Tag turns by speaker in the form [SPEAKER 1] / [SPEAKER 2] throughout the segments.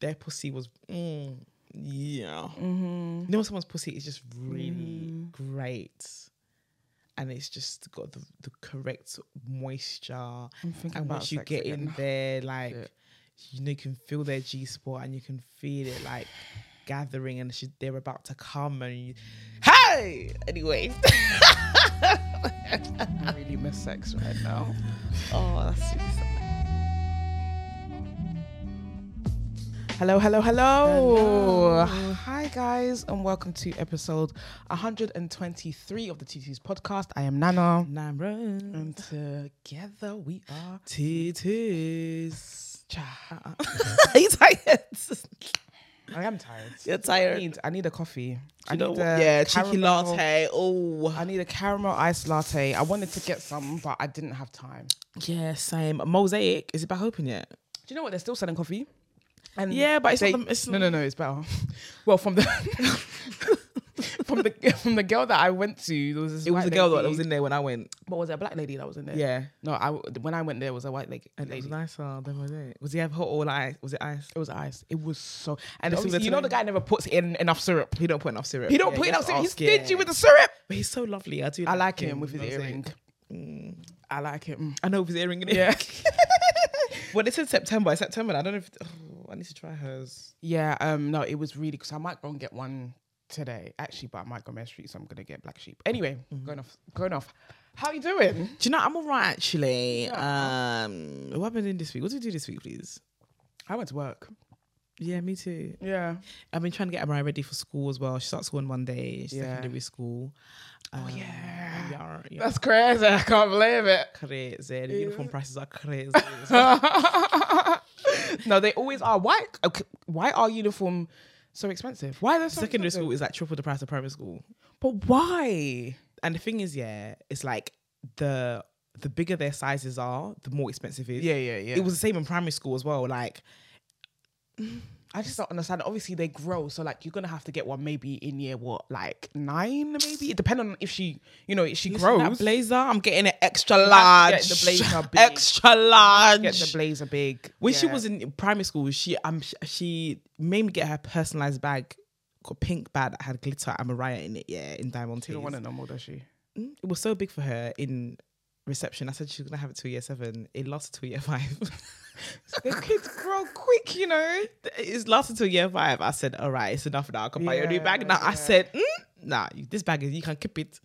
[SPEAKER 1] their pussy was, mm, yeah.
[SPEAKER 2] Mm-hmm.
[SPEAKER 1] You know, when someone's pussy is just really great. And it's just got the, the correct moisture.
[SPEAKER 2] I'm thinking
[SPEAKER 1] And
[SPEAKER 2] about
[SPEAKER 1] once you
[SPEAKER 2] sex
[SPEAKER 1] get
[SPEAKER 2] again.
[SPEAKER 1] in there, like,
[SPEAKER 2] Shit.
[SPEAKER 1] you know, you can feel their G spot and you can feel it, like, gathering and she, they're about to come and you, hey! Anyway.
[SPEAKER 2] I really miss sex right now.
[SPEAKER 1] Oh, that's really sad. Hello, hello, hello.
[SPEAKER 2] Hello. Hi guys, and welcome to episode 123 of the TT's podcast. I am Nana,
[SPEAKER 1] Namron.
[SPEAKER 2] and together we are.
[SPEAKER 1] Titties.
[SPEAKER 2] Cha.
[SPEAKER 1] Are you tired?
[SPEAKER 2] I am tired.
[SPEAKER 1] You're
[SPEAKER 2] I
[SPEAKER 1] tired.
[SPEAKER 2] need, I need a coffee. I
[SPEAKER 1] You know
[SPEAKER 2] need
[SPEAKER 1] what?
[SPEAKER 2] a
[SPEAKER 1] yeah, cheeky
[SPEAKER 2] caramel-
[SPEAKER 1] latte. Oh,
[SPEAKER 2] I need a caramel iced latte. I wanted to get some, but I didn't have time.
[SPEAKER 1] yeah, same. Mosaic. Is it back open yet?
[SPEAKER 2] Do you know what? They're still selling coffee. And
[SPEAKER 1] Yeah, but it's
[SPEAKER 2] they-
[SPEAKER 1] not. The, it's
[SPEAKER 2] no, no, no. It's better. Well, from the from the from the girl that I went to, there was this
[SPEAKER 1] It was
[SPEAKER 2] white
[SPEAKER 1] a girl
[SPEAKER 2] lady.
[SPEAKER 1] that was in there when I went.
[SPEAKER 2] But was it a black lady that was in there?
[SPEAKER 1] Yeah,
[SPEAKER 2] No, I when I went there it was a white like
[SPEAKER 1] and it
[SPEAKER 2] lady.
[SPEAKER 1] was nicer than mosaic. Was he have hot or ice? Was it ice?
[SPEAKER 2] It was ice. It was so. And
[SPEAKER 1] This
[SPEAKER 2] obviously,
[SPEAKER 1] was
[SPEAKER 2] you know
[SPEAKER 1] the
[SPEAKER 2] the guy never puts in enough syrup.
[SPEAKER 1] He don't put enough syrup.
[SPEAKER 2] He don't
[SPEAKER 1] Yeah,
[SPEAKER 2] put
[SPEAKER 1] you
[SPEAKER 2] enough
[SPEAKER 1] have to
[SPEAKER 2] syrup. He's
[SPEAKER 1] ask, yeah.
[SPEAKER 2] stingy with the syrup.
[SPEAKER 1] But he's so lovely. I do.
[SPEAKER 2] I like him with his
[SPEAKER 1] Mosaic.
[SPEAKER 2] earring.
[SPEAKER 1] Mm.
[SPEAKER 2] I like him.
[SPEAKER 1] I know with his earring. innit?
[SPEAKER 2] Yeah.
[SPEAKER 1] Well, it's in September. It's September. I don't know if oh, I need to try hers.
[SPEAKER 2] yeah. Um. No, it was really because I might go and get one today actually, but I might go on street, so I'm gonna get black sheep. Anyway, going off. Going off. How you
[SPEAKER 1] Do
[SPEAKER 2] doing?
[SPEAKER 1] you know I'm all right actually?
[SPEAKER 2] Yeah.
[SPEAKER 1] Um, what happened in this week? What did you do this week, please?
[SPEAKER 2] I went to work.
[SPEAKER 1] Yeah, me too.
[SPEAKER 2] Yeah.
[SPEAKER 1] I've been trying to get Amara ready for school as well. She starts school on Monday. She's
[SPEAKER 2] Yeah.
[SPEAKER 1] secondary school. Um,
[SPEAKER 2] yeah.
[SPEAKER 1] yeah, yeah.
[SPEAKER 2] That's crazy. I can't believe it.
[SPEAKER 1] crazy. The uniform prices are crazy.
[SPEAKER 2] no, they always are. Why? Okay, why are uniform so expensive? Why are they so
[SPEAKER 1] secondary
[SPEAKER 2] expensive?
[SPEAKER 1] school is like triple the price of primary school.
[SPEAKER 2] But why?
[SPEAKER 1] And the thing is, yeah, it's like the the bigger their sizes are, the more expensive it is.
[SPEAKER 2] yeah, yeah.
[SPEAKER 1] It was the same in primary school as well. Like
[SPEAKER 2] I just don't understand. Obviously, they grow, so like you're gonna have to get one maybe in year what, like nine, maybe. It depends on if she, you know, if she
[SPEAKER 1] Listen, that
[SPEAKER 2] grows.
[SPEAKER 1] blazer, I'm getting an extra
[SPEAKER 2] have to
[SPEAKER 1] large.
[SPEAKER 2] get the blazer big.
[SPEAKER 1] Extra large.
[SPEAKER 2] Get the blazer big.
[SPEAKER 1] when she
[SPEAKER 2] Yeah.
[SPEAKER 1] was in primary school, she um sh- she made me get her personalized bag, got pink bag that had glitter and Mariah in it. Yeah, in diamond
[SPEAKER 2] she
[SPEAKER 1] tees.
[SPEAKER 2] don't want it no more, does she?
[SPEAKER 1] Mm, It was so big for her in reception. I said she's gonna have it till year seven. It lasted till year five.
[SPEAKER 2] The kids grow quick, you know.
[SPEAKER 1] it's lasted till year five. I said, all right, it's enough now. I can buy your new bag now. I
[SPEAKER 2] Yeah.
[SPEAKER 1] said, mm, nah, you- this bag is you can keep it.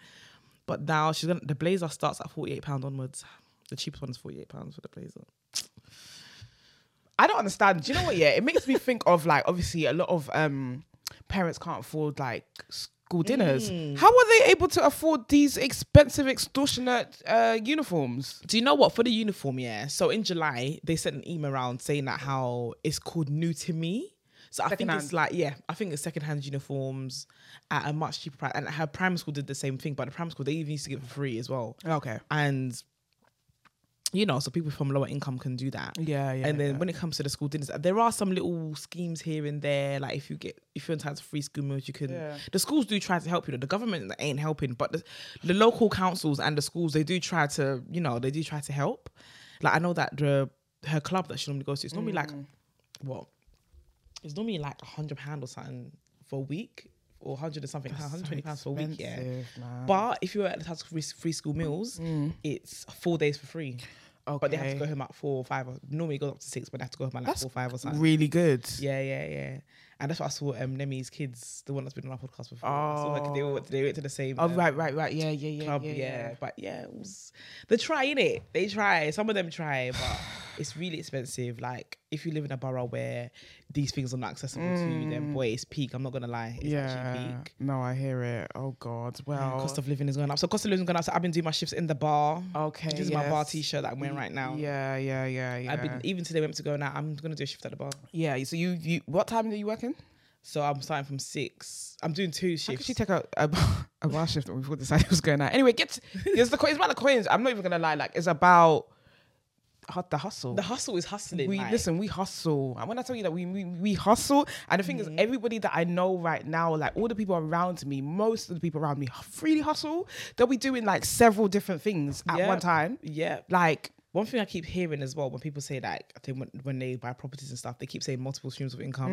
[SPEAKER 1] But now she's gonna the blazer starts at forty eight pound onwards. The cheapest one is forty eight pounds for the blazer.
[SPEAKER 2] I don't understand. Do you know what? Yeah, it makes me think of like obviously a lot of um parents can't afford like school dinners.
[SPEAKER 1] Mm.
[SPEAKER 2] How are they able to afford these expensive, extortionate uh uniforms?
[SPEAKER 1] Do you know what? For the uniform, yeah. So in July, they sent an email around saying that how it's called new to me. So I think it's
[SPEAKER 2] Secondhand.
[SPEAKER 1] like, yeah, I think it's secondhand uniforms at a much cheaper price. And her primary school did the same thing, but the primary school, they even used to give it for free as well.
[SPEAKER 2] Okay.
[SPEAKER 1] And, you know, so people from lower income can do that.
[SPEAKER 2] Yeah, yeah.
[SPEAKER 1] And then
[SPEAKER 2] yeah.
[SPEAKER 1] when it comes to the school dinners, uh, there are some little schemes here and there. Like if you get if you're entitled to free school meals, you can.
[SPEAKER 2] Yeah.
[SPEAKER 1] The schools do try to help you. The government ain't helping, but the, the local councils and the schools they do try to you know they do try to help. Like I know that the her club that she normally goes to, it's normally like
[SPEAKER 2] Mm.
[SPEAKER 1] what? It's normally like a hundred pound or something for a week, or hundred and something, hundred twenty pounds for a week. Yeah.
[SPEAKER 2] Expensive, Mm. man.
[SPEAKER 1] But if you're at the task free, free school meals, it's four days for free.
[SPEAKER 2] okay.
[SPEAKER 1] But they have to go home at four or five. Or, normally it goes up to six, but they have to go home at like
[SPEAKER 2] That's
[SPEAKER 1] four or five or something.
[SPEAKER 2] really good.
[SPEAKER 1] yeah, yeah, yeah. And that's what I saw um, Nemi's kids, the one that's been on our podcast before. I saw her, 'cause they, all went, they went to the same
[SPEAKER 2] Oh
[SPEAKER 1] um,
[SPEAKER 2] right, right, right. Yeah, yeah, yeah.
[SPEAKER 1] club.
[SPEAKER 2] yeah,
[SPEAKER 1] Yeah, But yeah, it was, they're trying it. They try. Some of them try, but it's really expensive. Like, if you live in a borough where these things are not accessible to you, then boy, it's peak. I'm not going to lie. It's actually
[SPEAKER 2] Mm. Yeah.
[SPEAKER 1] peak.
[SPEAKER 2] No, I hear it. Oh God. Well.
[SPEAKER 1] Cost of living is going up. So cost of living is going up. So I've been doing my shifts in the bar.
[SPEAKER 2] okay.
[SPEAKER 1] this is my bar
[SPEAKER 2] yes.
[SPEAKER 1] T-shirt that I'm wearing right now.
[SPEAKER 2] Yeah, yeah, yeah, yeah.
[SPEAKER 1] I've been even today. We went to go now. I'm gonna do a shift at the bar.
[SPEAKER 2] yeah. So you, you, what time are you working?
[SPEAKER 1] So I'm starting from six. I'm doing two
[SPEAKER 2] How could
[SPEAKER 1] shifts.
[SPEAKER 2] she take out a, a bar shift when we all decided was going out? Anyway, get to, it's the coins. It's about the coins. I'm not even gonna lie. Like it's about hu- the hustle.
[SPEAKER 1] the hustle is hustling.
[SPEAKER 2] we
[SPEAKER 1] like,
[SPEAKER 2] listen. We hustle. And when I tell you that we we, we hustle, and the thing is, everybody that I know right now, like all the people around me, most of the people around me, really hustle. They'll be doing like several different things at
[SPEAKER 1] Yeah.
[SPEAKER 2] one time.
[SPEAKER 1] Yeah.
[SPEAKER 2] Like
[SPEAKER 1] One thing I keep hearing as well when people say like I think when, when they buy properties and stuff, they keep saying multiple streams of income.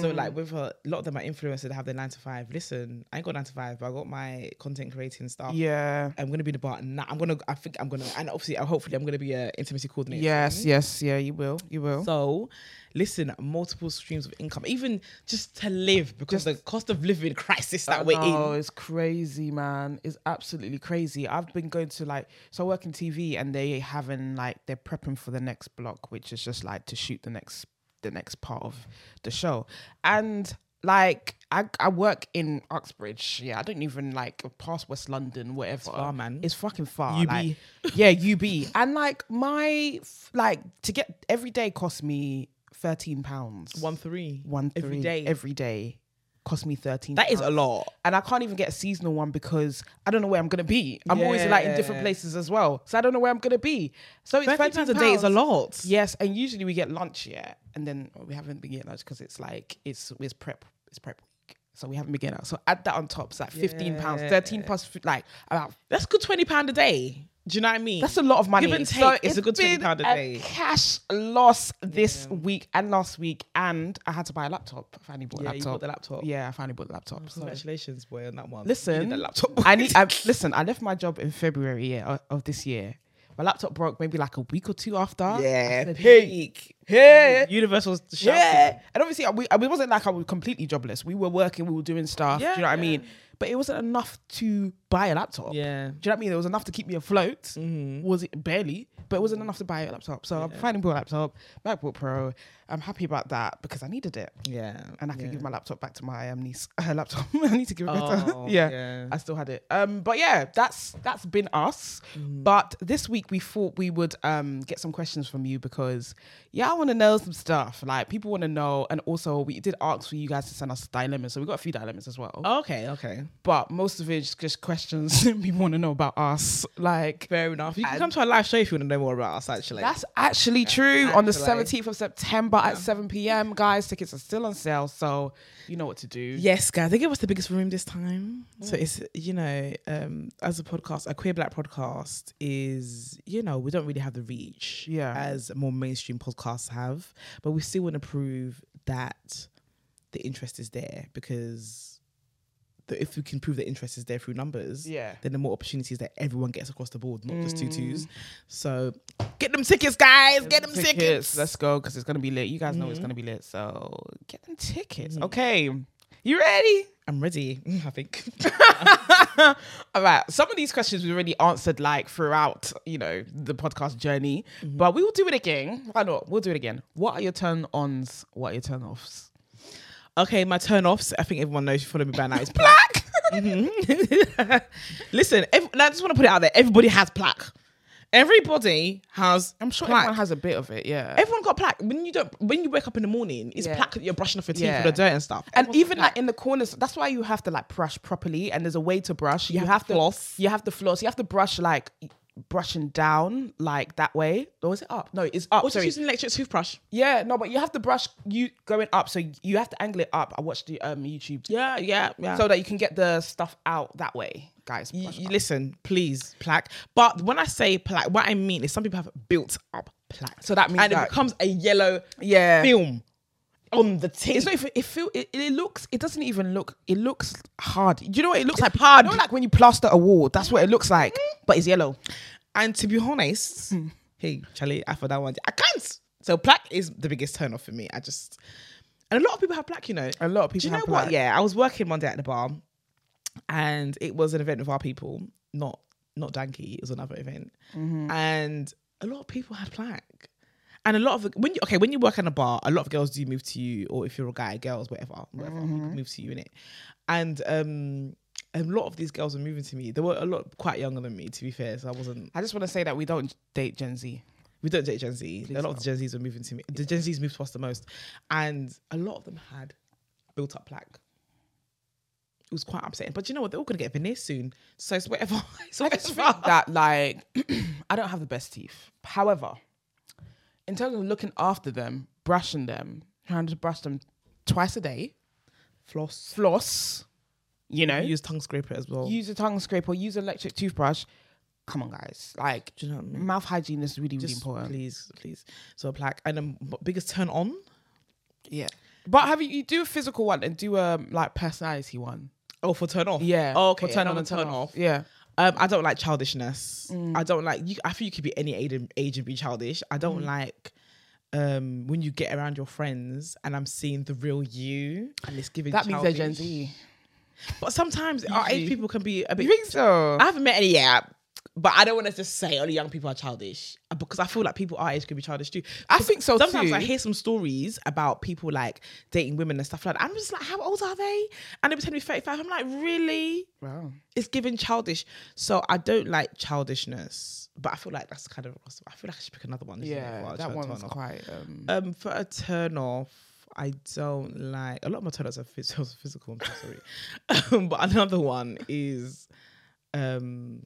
[SPEAKER 1] So
[SPEAKER 2] Mm.
[SPEAKER 1] like with a lot of them are influencers that have their nine to five. Listen, I ain't got nine to five, but I got my content creating stuff.
[SPEAKER 2] Yeah.
[SPEAKER 1] I'm gonna be the bar. Now I'm gonna. I think I'm gonna. And obviously, uh, hopefully, I'm gonna be a intimacy coordinator.
[SPEAKER 2] Yes, yes, yeah, you will. You will.
[SPEAKER 1] So, listen, multiple streams of income, even just to live, because the cost of living crisis that we're
[SPEAKER 2] Oh,
[SPEAKER 1] in.
[SPEAKER 2] it's crazy, man. It's absolutely crazy. I've been going to like so I work in TV and they having like they're prepping for the next block, which is just like to shoot the next the next part of the show. And like I I work in Uxbridge. Yeah, I don't even like past West London, whatever. It's
[SPEAKER 1] far, Ah, man.
[SPEAKER 2] It's fucking far.
[SPEAKER 1] UB.
[SPEAKER 2] Like, yeah, UB. And like my f- like to get every day cost me thirteen pounds.
[SPEAKER 1] One three.
[SPEAKER 2] one three
[SPEAKER 1] every day.
[SPEAKER 2] Every day cost me thirteen.
[SPEAKER 1] That is
[SPEAKER 2] pounds
[SPEAKER 1] a lot.
[SPEAKER 2] and I can't even get a seasonal one because I don't know where I'm gonna be. I'm always like in different
[SPEAKER 1] Yeah.
[SPEAKER 2] places as well, so I don't know where I'm gonna be. So it's
[SPEAKER 1] Thirty
[SPEAKER 2] thirty
[SPEAKER 1] pounds a day is a lot.
[SPEAKER 2] Yes, and usually we get lunch, yeah, and then well, we haven't been getting lunch because it's like it's it's prep it's prep week, so we haven't been getting out. So add that on top, it's like fifteen pounds, thirteen plus fi- like about
[SPEAKER 1] That's a good twenty pound a day. Do you know what I mean?
[SPEAKER 2] that's a lot of money.
[SPEAKER 1] Give and take,
[SPEAKER 2] So
[SPEAKER 1] it's, a good twenty
[SPEAKER 2] been
[SPEAKER 1] pound a
[SPEAKER 2] a
[SPEAKER 1] day.
[SPEAKER 2] Cash loss this week and last week, and I had to buy a laptop. I finally bought a
[SPEAKER 1] Yeah, you
[SPEAKER 2] laptop.
[SPEAKER 1] bought the laptop.
[SPEAKER 2] Yeah, I finally bought the laptop. so-
[SPEAKER 1] Congratulations, boy, on that one.
[SPEAKER 2] Listen,
[SPEAKER 1] you need that laptop.
[SPEAKER 2] I need. I, listen, I left my job in February yeah, of- of this year. My laptop broke maybe like a week or two after. I said, hey, hey,
[SPEAKER 1] Universal shout.
[SPEAKER 2] yeah. And obviously, we it wasn't like I was completely jobless. We were working, we were doing stuff. do you know what I
[SPEAKER 1] Yeah.
[SPEAKER 2] mean? But it wasn't enough to buy a laptop.
[SPEAKER 1] Yeah. Mm-hmm.
[SPEAKER 2] Do you know what I mean? It was enough to keep me afloat. Was it barely? But it wasn't enough to buy a laptop. So I'm finally bought a laptop, MacBook Pro. I'm happy about that because I needed it
[SPEAKER 1] Yeah.
[SPEAKER 2] and I can
[SPEAKER 1] yeah.
[SPEAKER 2] give my laptop back to my um, niece. Her laptop. I need to give it back to her.
[SPEAKER 1] Oh,
[SPEAKER 2] yeah.
[SPEAKER 1] yeah.
[SPEAKER 2] I still had it. Um, but yeah, that's that's been us.
[SPEAKER 1] Mm.
[SPEAKER 2] But this week we thought we would um get some questions from you because yeah, I want to know some stuff. Like people want to know, and also we did ask for you guys to send us dilemmas, so we got a few dilemmas as well.
[SPEAKER 1] Okay, okay.
[SPEAKER 2] But most of it's just questions people want to know about us. Like
[SPEAKER 1] Fair enough. You can come to our live show if you want to know more about us, actually.
[SPEAKER 2] That's actually true. On the
[SPEAKER 1] actually.
[SPEAKER 2] 17th of September at 7 p.m., guys, tickets are still on sale, so you know what to do.
[SPEAKER 1] Yes, guys, they gave us the biggest room this time. So it's you know, um, as a podcast, a queer black podcast is you know we don't really have the reach
[SPEAKER 2] Yeah.
[SPEAKER 1] as more mainstream podcasts have, but we still want to prove that the interest is there because the, if we can prove the interest is there through numbers,
[SPEAKER 2] Yeah.
[SPEAKER 1] then the more opportunities that everyone gets across the board, not just two twos. So get them tickets, guys. Mm. Get, them tickets.
[SPEAKER 2] Let's go because it's gonna be lit. You guys know it's gonna be lit, so get them tickets. Okay, you ready?
[SPEAKER 1] I'm ready. I think.
[SPEAKER 2] All right. Some of these questions we already answered like throughout, you know, the podcast journey, but we will do it again. Why not? We'll do it again. What are your turn ons? What are your turn offs?
[SPEAKER 1] Okay, my turn offs. I think everyone knows you follow me by now. It's plaque. Mhm. Listen, ev- I just want to put it out there. Everybody has plaque. Everybody has.
[SPEAKER 2] I'm sure
[SPEAKER 1] plaque.
[SPEAKER 2] everyone has a bit of it. Yeah.
[SPEAKER 1] Everyone got plaque. When you don't, when you wake up in the morning, it's
[SPEAKER 2] Yeah.
[SPEAKER 1] plaque that you're brushing off your teeth
[SPEAKER 2] Yeah.
[SPEAKER 1] with the dirt and stuff.
[SPEAKER 2] and even like in the corners, that's why you have to like brush properly. And there's a way to brush. You, have, to floss. You have to floss. You have to brush like brushing down like that way. Or is it up? No, it's up.
[SPEAKER 1] or just
[SPEAKER 2] sorry.
[SPEAKER 1] use an electric toothbrush.
[SPEAKER 2] Yeah, no, but you have to brush you going up, so you have to angle it up. I watched the um YouTube
[SPEAKER 1] Yeah, yeah, yeah.
[SPEAKER 2] so that you can get the stuff out that way, guys.
[SPEAKER 1] you,
[SPEAKER 2] brush
[SPEAKER 1] you
[SPEAKER 2] up.
[SPEAKER 1] listen, please, plaque. But when I say plaque, what I mean is some people have built up plaque.
[SPEAKER 2] So that means
[SPEAKER 1] and
[SPEAKER 2] that-
[SPEAKER 1] it becomes a yellow
[SPEAKER 2] yeah,
[SPEAKER 1] film on the teeth.
[SPEAKER 2] it's not even it feel it, it looks it doesn't even look it looks hard. You know what it looks like?
[SPEAKER 1] hard. Mm-hmm.
[SPEAKER 2] You know, like when you plaster a wall, that's what it looks like, but it's yellow.
[SPEAKER 1] And to be honest,
[SPEAKER 2] Hmm.
[SPEAKER 1] hey, Charlie, I for that one. I can't. So plaque is the biggest turn off for me. I just and a lot of people have plaque, you know.
[SPEAKER 2] A lot of people
[SPEAKER 1] Do you
[SPEAKER 2] have
[SPEAKER 1] know
[SPEAKER 2] plaque.
[SPEAKER 1] what? Yeah, I was working one day at the bar and it was an event with our people, not not Danky, it was another event.
[SPEAKER 2] Mm-hmm.
[SPEAKER 1] And a lot of people had plaque. And a lot of the, when you okay when you work in a bar, a lot of girls do move to you, or if you're a guy, girls, whatever, whatever,
[SPEAKER 2] Mm-hmm.
[SPEAKER 1] people move to you in it. And um, a lot of these girls were moving to me. They were a lot quite younger than me, to be fair. So I wasn't
[SPEAKER 2] I just want to say that we don't date Gen Z.
[SPEAKER 1] we don't date Gen Z. a lot of the Gen Zs are moving to me. The Gen Zs moved to us the most, and a lot of them had built up plaque. It was quite upsetting, but you know what? They're all gonna get veneers soon, so it's whatever. It's
[SPEAKER 2] I
[SPEAKER 1] whatever.
[SPEAKER 2] just think that like I don't have the best teeth. However, in terms of looking after them, brushing them, trying to brush them twice a day.
[SPEAKER 1] floss.
[SPEAKER 2] floss, you know,
[SPEAKER 1] I use tongue scraper as well.
[SPEAKER 2] use a tongue scraper, use an electric toothbrush, come on, guys. Like,
[SPEAKER 1] Do you know what I mean?
[SPEAKER 2] mouth hygiene is really, really
[SPEAKER 1] Just
[SPEAKER 2] important.
[SPEAKER 1] please, please. So like, and um, but biggest turn on.
[SPEAKER 2] Yeah. But have you, you do a physical one and do a like personality one?
[SPEAKER 1] Oh, for turn off.
[SPEAKER 2] Yeah.
[SPEAKER 1] Oh, okay.
[SPEAKER 2] Or turn on
[SPEAKER 1] another
[SPEAKER 2] and turn,
[SPEAKER 1] turn
[SPEAKER 2] off.
[SPEAKER 1] off.
[SPEAKER 2] Yeah.
[SPEAKER 1] Um, I don't like childishness.
[SPEAKER 2] Mm.
[SPEAKER 1] I don't like you. I feel you could be any age and, age and be childish. I
[SPEAKER 2] Mm.
[SPEAKER 1] don't like um when you get around your friends and I'm seeing the real you and it's giving.
[SPEAKER 2] That means they're Gen
[SPEAKER 1] childish.
[SPEAKER 2] Z.
[SPEAKER 1] But sometimes our age
[SPEAKER 2] Usually.
[SPEAKER 1] people can be a
[SPEAKER 2] You
[SPEAKER 1] bit.
[SPEAKER 2] think so?
[SPEAKER 1] I haven't met any yet. But I don't want to just say only young people are childish uh, because I feel like people our age could be childish too.
[SPEAKER 2] I think so
[SPEAKER 1] Sometimes
[SPEAKER 2] too.
[SPEAKER 1] I hear some stories about people like dating women and stuff like that. I'm just like, how old are they? And they pretend to be 35. I'm like, really?
[SPEAKER 2] wow.
[SPEAKER 1] it's giving childish. So I don't like childishness, but I feel like that's kind of. I feel like I should pick another one. isn't it, for
[SPEAKER 2] Yeah,
[SPEAKER 1] a
[SPEAKER 2] that
[SPEAKER 1] turn-
[SPEAKER 2] one's
[SPEAKER 1] turn off.
[SPEAKER 2] quite. Um,
[SPEAKER 1] Um, for a turn off, I don't like a lot of my turn offs are phys- physical. I'm so sorry, um, but another one is, um,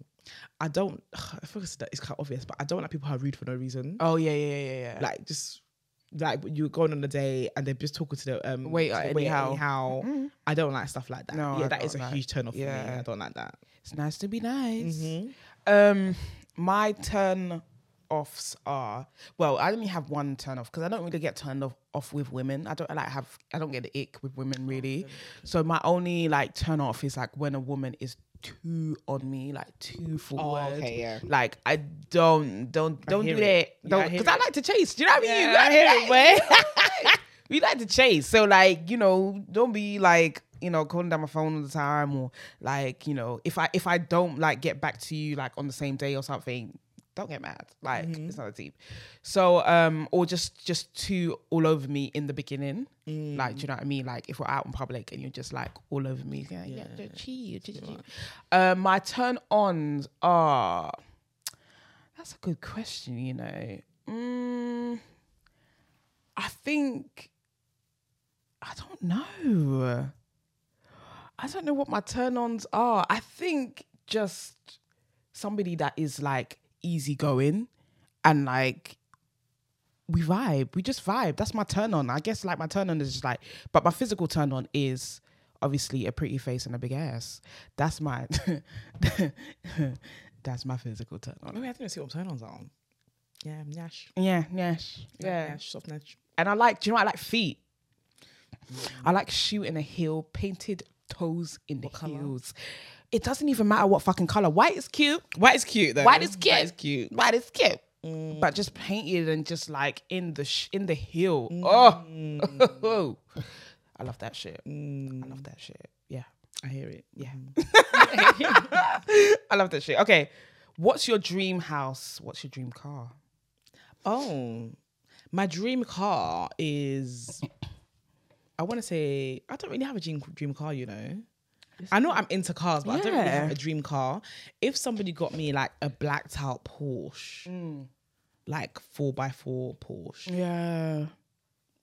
[SPEAKER 1] I don't. I feel it's it's quite obvious, but I don't like people who are rude for no reason.
[SPEAKER 2] oh yeah, yeah, yeah, yeah. Like,
[SPEAKER 1] Like just. Like you're going on a day and they're just talking to the um
[SPEAKER 2] Waiter
[SPEAKER 1] to the
[SPEAKER 2] uh, anyhow. Mm-hmm.
[SPEAKER 1] anyhow. I don't like stuff like that.
[SPEAKER 2] No,
[SPEAKER 1] yeah,
[SPEAKER 2] I
[SPEAKER 1] that is a
[SPEAKER 2] don't like-
[SPEAKER 1] huge turn off for me.
[SPEAKER 2] yeah.
[SPEAKER 1] I don't like that.
[SPEAKER 2] it's nice to be nice.
[SPEAKER 1] Mhm.
[SPEAKER 2] Um, my turn offs are well. I only have one turn off because I don't really get turned off, off with women. I don't like have. I don't get the ick with
[SPEAKER 1] Oh,
[SPEAKER 2] women really. So my only like turn off is like when a woman is too on me, like too forward.
[SPEAKER 1] Oh, okay, yeah.
[SPEAKER 2] Like I don't don't don't
[SPEAKER 1] hear
[SPEAKER 2] do
[SPEAKER 1] it.
[SPEAKER 2] that.
[SPEAKER 1] Yeah, I
[SPEAKER 2] Don't
[SPEAKER 1] hear
[SPEAKER 2] because I,
[SPEAKER 1] it.
[SPEAKER 2] like to chase. Do you know what I mean?
[SPEAKER 1] Yeah,
[SPEAKER 2] Like,
[SPEAKER 1] I hear it,
[SPEAKER 2] like- we like to chase. So like you know, don't be like you know calling down my phone all the time or like you know if I if I don't like get back to you like on the same day or something. Don't get mad. Like it's not that deep. So um or just just too all over me in the beginning. Like do you know what I mean? Like if we're out in public and you're just like all over me, yeah, yeah, yeah, chee, chee, chee. Uh, my turn ons are that's a good question, you know. Mm, I think I don't know. I don't know what my turn ons are. I think just somebody that is like easygoing and like we vibe. We just vibe. That's my turn on. I guess like my turn on is just like, but my physical turn on is obviously a pretty face and a big ass. That's my that's my physical turn on.
[SPEAKER 1] I mean, I didn't see what turn ons are. on. Yeah, Nash.
[SPEAKER 2] Yeah, yeah, yeah.
[SPEAKER 1] Nash, soft Nash.
[SPEAKER 2] And I like, do you know, what? I like feet. I like shoe in a heel, painted toes in the heels. It doesn't even matter what fucking color. White is cute.
[SPEAKER 1] White is cute though.
[SPEAKER 2] White is cute.
[SPEAKER 1] White is cute. Mm.
[SPEAKER 2] White is cute. But just painted and just like in the sh- in the heel.
[SPEAKER 1] Mm.
[SPEAKER 2] Oh, I love that shit. I love that shit. Yeah,
[SPEAKER 1] I hear it. Mm-hmm. Yeah.
[SPEAKER 2] I love that shit. Okay, what's your dream house? What's your dream car?
[SPEAKER 1] Oh, my dream car is. I want to say I don't really have a dream dream car. You know, I know I'm into cars, but I don't really have
[SPEAKER 2] Yeah.
[SPEAKER 1] a dream car. If somebody got me like a blacked out Porsche, like four by four Porsche,
[SPEAKER 2] Yeah.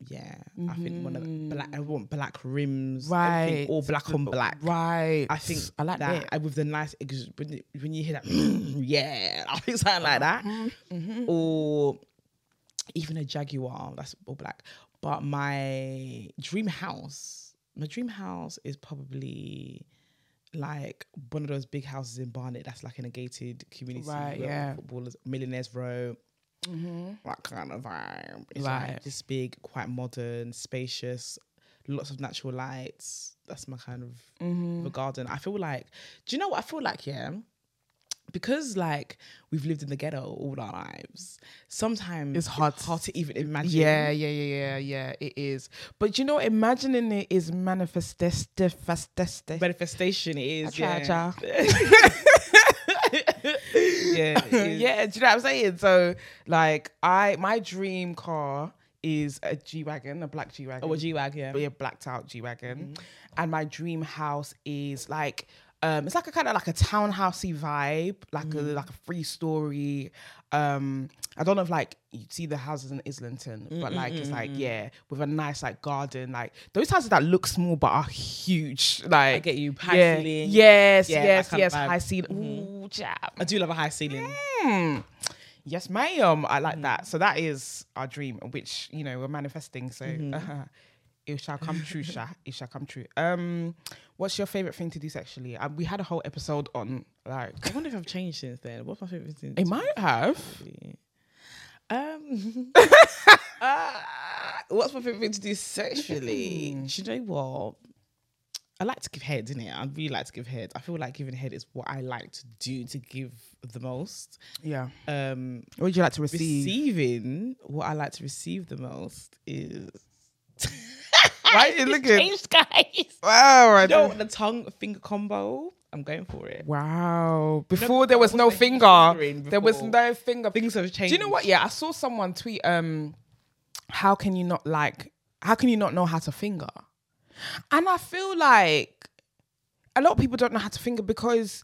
[SPEAKER 1] yeah, I think one of black. I want black rims,
[SPEAKER 2] Right.
[SPEAKER 1] everything All black on black,
[SPEAKER 2] Right.
[SPEAKER 1] I think
[SPEAKER 2] I like that.
[SPEAKER 1] and with the nice ex- when you- when you hear that yeah, I think something like that,
[SPEAKER 2] Uh-huh. Mm-hmm.
[SPEAKER 1] or even a Jaguar that's all black. But my dream house, my dream house is probably like one of those big houses in Barnet that's like in a gated community,
[SPEAKER 2] Right,
[SPEAKER 1] where all
[SPEAKER 2] yeah.
[SPEAKER 1] footballers, millionaires row. That kind of vibe. It's
[SPEAKER 2] Right.
[SPEAKER 1] like this big, quite modern, spacious, lots of natural lights. That's my kind of
[SPEAKER 2] Mm-hmm.
[SPEAKER 1] of a garden. I feel like, do you know what I feel like? Yeah, because like we've lived in the ghetto all our lives. Sometimes
[SPEAKER 2] It's hard to-
[SPEAKER 1] hard to even imagine.
[SPEAKER 2] Yeah, yeah, yeah, yeah, yeah. It is. But you know, imagining it is manifested. Manifested.
[SPEAKER 1] manifestation it is.
[SPEAKER 2] tried,
[SPEAKER 1] yeah.
[SPEAKER 2] child.
[SPEAKER 1] yeah, it is.
[SPEAKER 2] yeah, do you know what I'm saying? So, like, I my dream car is a G wagon, a black G wagon.
[SPEAKER 1] Or G wag, yeah. Mm-hmm.
[SPEAKER 2] be a blacked out G wagon, and my dream house is like um, it's like a kind of like a townhousey vibe, like a
[SPEAKER 1] Mm.
[SPEAKER 2] like a three story. Um, I don't know if like you see the houses in Islington,
[SPEAKER 1] Mm,
[SPEAKER 2] but like it's like yeah, with a nice like garden, like those houses that look small but are huge. Like
[SPEAKER 1] get you. High
[SPEAKER 2] yeah,
[SPEAKER 1] ceiling.
[SPEAKER 2] yes,
[SPEAKER 1] Yeah, that
[SPEAKER 2] yes,
[SPEAKER 1] kind of
[SPEAKER 2] yes,
[SPEAKER 1] vibe. Mm-hmm.
[SPEAKER 2] high ceiling. Ooh, jab.
[SPEAKER 1] I do love a high ceiling. Hmm.
[SPEAKER 2] Mm. Yes,
[SPEAKER 1] Mm-hmm.
[SPEAKER 2] ma'am. I like that. So that is our dream, which you know we're manifesting. So It shall come true, Sha. It shall come true. Um, what's your favorite thing to do sexually? Um, we had a whole episode on like.
[SPEAKER 1] I wonder if I've changed since then. What's my favorite thing?
[SPEAKER 2] It might have.
[SPEAKER 1] Um, uh, what's my favorite thing to do sexually?
[SPEAKER 2] Mm.
[SPEAKER 1] Do you know what? I like to give head, innit? I really like to give head. I feel like giving head is what I like to do to give the most.
[SPEAKER 2] Yeah.
[SPEAKER 1] Um,
[SPEAKER 2] What would you like to receive?
[SPEAKER 1] receiving what I like to receive the most is
[SPEAKER 2] Why are you looking?
[SPEAKER 1] changed, guys.
[SPEAKER 2] Wow. I
[SPEAKER 1] No,
[SPEAKER 2] don't-
[SPEAKER 1] the tongue finger combo. I'm going for it.
[SPEAKER 2] Wow. Before there was
[SPEAKER 1] was
[SPEAKER 2] no
[SPEAKER 1] the
[SPEAKER 2] finger.
[SPEAKER 1] fingering
[SPEAKER 2] There was
[SPEAKER 1] before.
[SPEAKER 2] no finger.
[SPEAKER 1] Things have changed.
[SPEAKER 2] Do you know what? Yeah, I saw someone tweet. Um, how can you not like? How can you not know how to finger? And I feel like a lot of people don't know how to finger because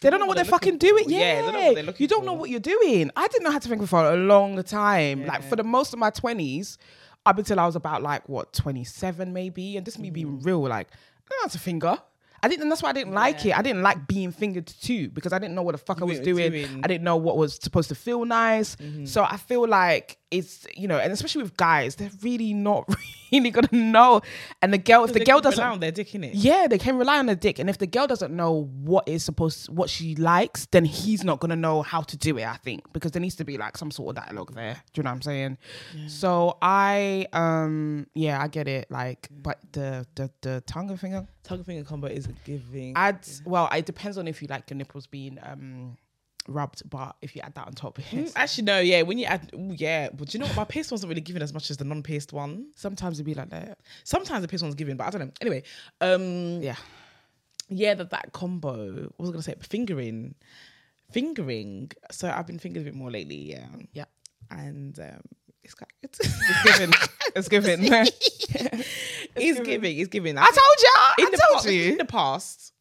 [SPEAKER 2] they don't know what they're fucking
[SPEAKER 1] looking
[SPEAKER 2] doing.
[SPEAKER 1] for.
[SPEAKER 2] Yeah,
[SPEAKER 1] Yeah, they don't know what they're
[SPEAKER 2] you
[SPEAKER 1] looking
[SPEAKER 2] don't know
[SPEAKER 1] for.
[SPEAKER 2] what you're doing. I didn't know how to finger for a long time. Like for the most of my twenties, up until I was about like what twenty seven maybe, and this is me
[SPEAKER 1] Mm.
[SPEAKER 2] being real, like I don't know how to finger. I didn't, and that's why I didn't like it. I didn't like being fingered too because I didn't know what the fuck I was
[SPEAKER 1] were
[SPEAKER 2] doing.
[SPEAKER 1] doing.
[SPEAKER 2] I didn't know what was supposed to feel nice.
[SPEAKER 1] Mm-hmm.
[SPEAKER 2] So I feel like it's you know, and especially with guys, they're really not really gonna know. And the girl, if the
[SPEAKER 1] They
[SPEAKER 2] girl
[SPEAKER 1] keep
[SPEAKER 2] doesn't
[SPEAKER 1] relying on their dick in it.
[SPEAKER 2] yeah, they can rely on the dick, and if the girl doesn't know what is supposed, what she likes, then he's not gonna know how to do it. I think because there needs to be like some sort of dialogue there. Do you know what I'm saying? So I, um, yeah, I get it. Like, but the the the tongue and finger,
[SPEAKER 1] Tongue finger combo is a giving.
[SPEAKER 2] I'd well, it depends on if you like your nipples being um rubbed, but if you add that on top, it's,
[SPEAKER 1] Mm, Actually, no, yeah. When you add, ooh, yeah, but you know what? My pierced one's not really giving as much as the non-pierced one.
[SPEAKER 2] sometimes it'd be like that.
[SPEAKER 1] Sometimes the pierced one's giving, but I don't know. Anyway, um,
[SPEAKER 2] Yeah,
[SPEAKER 1] yeah, that that combo. What was I gonna say? Fingering, fingering. So I've been fingering a bit more lately, yeah,
[SPEAKER 2] yeah,
[SPEAKER 1] and um, it's quite good.
[SPEAKER 2] it's giving, it's giving.
[SPEAKER 1] it's giving. It's giving.
[SPEAKER 2] I told you, I
[SPEAKER 1] in
[SPEAKER 2] told
[SPEAKER 1] the past,
[SPEAKER 2] you.
[SPEAKER 1] in the past.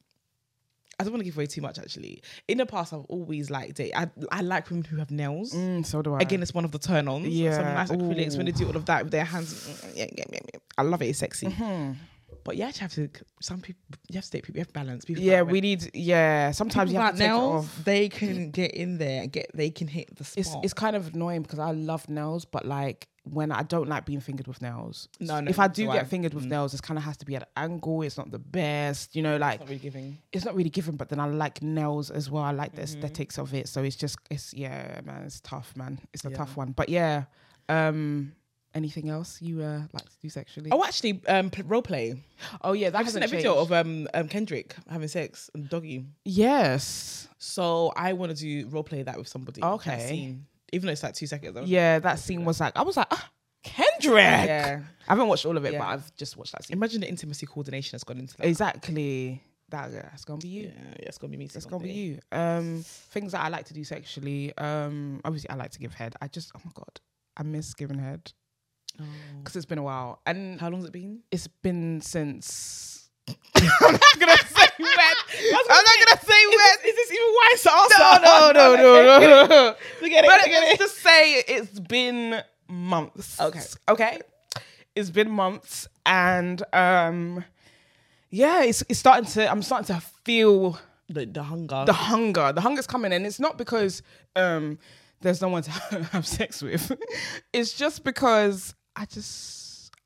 [SPEAKER 1] I don't want to give away too much. Actually, in the past, I've always liked it. I I like women who have nails.
[SPEAKER 2] Mm, so do I.
[SPEAKER 1] Again, it's one of the turn ons.
[SPEAKER 2] Yeah.
[SPEAKER 1] Some nice acrylics when they
[SPEAKER 2] Ooh.
[SPEAKER 1] do all of that with their hands. mm, Yeah, yeah, yeah, yeah. I love it. It's sexy.
[SPEAKER 2] Mm-hmm.
[SPEAKER 1] But you actually have to, some people, you have to take people, you have to balance. People
[SPEAKER 2] Yeah,
[SPEAKER 1] like-
[SPEAKER 2] we need. Yeah, sometimes
[SPEAKER 1] people
[SPEAKER 2] you have
[SPEAKER 1] like
[SPEAKER 2] to take it
[SPEAKER 1] nails,
[SPEAKER 2] off.
[SPEAKER 1] they can get in there and get, they can hit the spot.
[SPEAKER 2] It's it's kind of annoying because I love nails, but like when I don't like being fingered with nails.
[SPEAKER 1] No, no,
[SPEAKER 2] If I
[SPEAKER 1] neither
[SPEAKER 2] do
[SPEAKER 1] do
[SPEAKER 2] get
[SPEAKER 1] I. Mm.
[SPEAKER 2] fingered with nails, it kind of has to be at an angle. It's not the best, you know. Like
[SPEAKER 1] not really giving.
[SPEAKER 2] it's not really given, but then I like nails as well. I like the
[SPEAKER 1] Mm-hmm.
[SPEAKER 2] aesthetics of it. So it's just it's yeah, man. It's tough, man. It's a tough one. But yeah. Um. Anything else you uh like to do sexually?
[SPEAKER 1] Oh, actually, um, pl- role play.
[SPEAKER 2] oh yeah, that
[SPEAKER 1] I've seen a video of um, um Kendrick having sex and doggy.
[SPEAKER 2] yes.
[SPEAKER 1] So I want to do role play that with somebody. that
[SPEAKER 2] Okay.
[SPEAKER 1] scene. Even though it's like two seconds. I want-
[SPEAKER 2] Yeah, that scene was like I was like ah, Kendrick.
[SPEAKER 1] yeah.
[SPEAKER 2] I haven't watched all of it,
[SPEAKER 1] Yeah.
[SPEAKER 2] but I've just watched that scene.
[SPEAKER 1] Imagine the intimacy coordination that's gone into that.
[SPEAKER 2] Exactly. That, that's gonna be you.
[SPEAKER 1] yeah, yeah, it's gonna be me.
[SPEAKER 2] That's gonna be you. Um, things that I like to do sexually. Um, obviously I like to give head. I just oh my god, I miss giving head
[SPEAKER 1] Mm.
[SPEAKER 2] because it's been a while, and
[SPEAKER 1] How long's it been?
[SPEAKER 2] it's been since. I'm not gonna say when. I'm not gonna say
[SPEAKER 1] Is
[SPEAKER 2] when.
[SPEAKER 1] this, is this even wise to answer?
[SPEAKER 2] No, no, no, no, no. no.
[SPEAKER 1] Forget it.
[SPEAKER 2] But
[SPEAKER 1] forget it.
[SPEAKER 2] let's just say it's been months.
[SPEAKER 1] Okay.
[SPEAKER 2] Okay. It's been months and um yeah, it's it's starting to I'm starting to feel
[SPEAKER 1] The, the hunger.
[SPEAKER 2] the hunger. The hunger's coming and it's not because um there's no one to have sex with. It's just because I just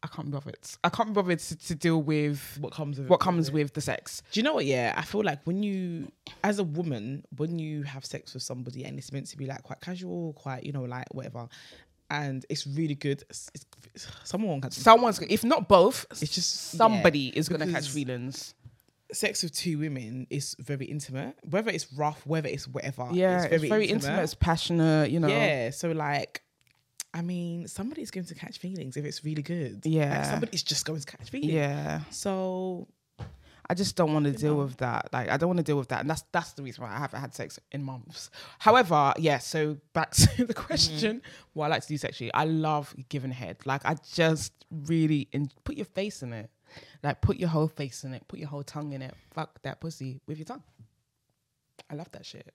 [SPEAKER 2] I can't be bothered. I can't be bothered to, to deal with
[SPEAKER 1] what comes with
[SPEAKER 2] what
[SPEAKER 1] it.
[SPEAKER 2] comes with the sex.
[SPEAKER 1] Do you know what? Yeah, I feel like when you, as a woman, when you have sex with somebody and it's meant to be like quite casual, quite you know, like whatever, and it's really good. It's, it's, someone can
[SPEAKER 2] Someone's if not both,
[SPEAKER 1] It's just-
[SPEAKER 2] somebody
[SPEAKER 1] yeah,
[SPEAKER 2] is gonna catch
[SPEAKER 1] because-
[SPEAKER 2] feelings.
[SPEAKER 1] sex with two women is very intimate. Whether it's rough, whether it's whatever,
[SPEAKER 2] Yeah, it's very, intimate. It's passionate. You know.
[SPEAKER 1] Yeah. So like, I mean, somebody's going to catch feelings if it's really good.
[SPEAKER 2] Yeah.
[SPEAKER 1] Like somebody's just going to catch feelings.
[SPEAKER 2] Yeah.
[SPEAKER 1] So
[SPEAKER 2] I just don't want to deal with that. Like I don't want to deal with that. And that's that's the reason why I haven't had sex in months. However, yeah, so back to
[SPEAKER 1] Mm-hmm.
[SPEAKER 2] the question, what I like to do sexually. I love giving head. Like I just really in, put your face in it. Like put your whole face in it, put your whole tongue in it. Fuck that pussy with your tongue. I love that shit.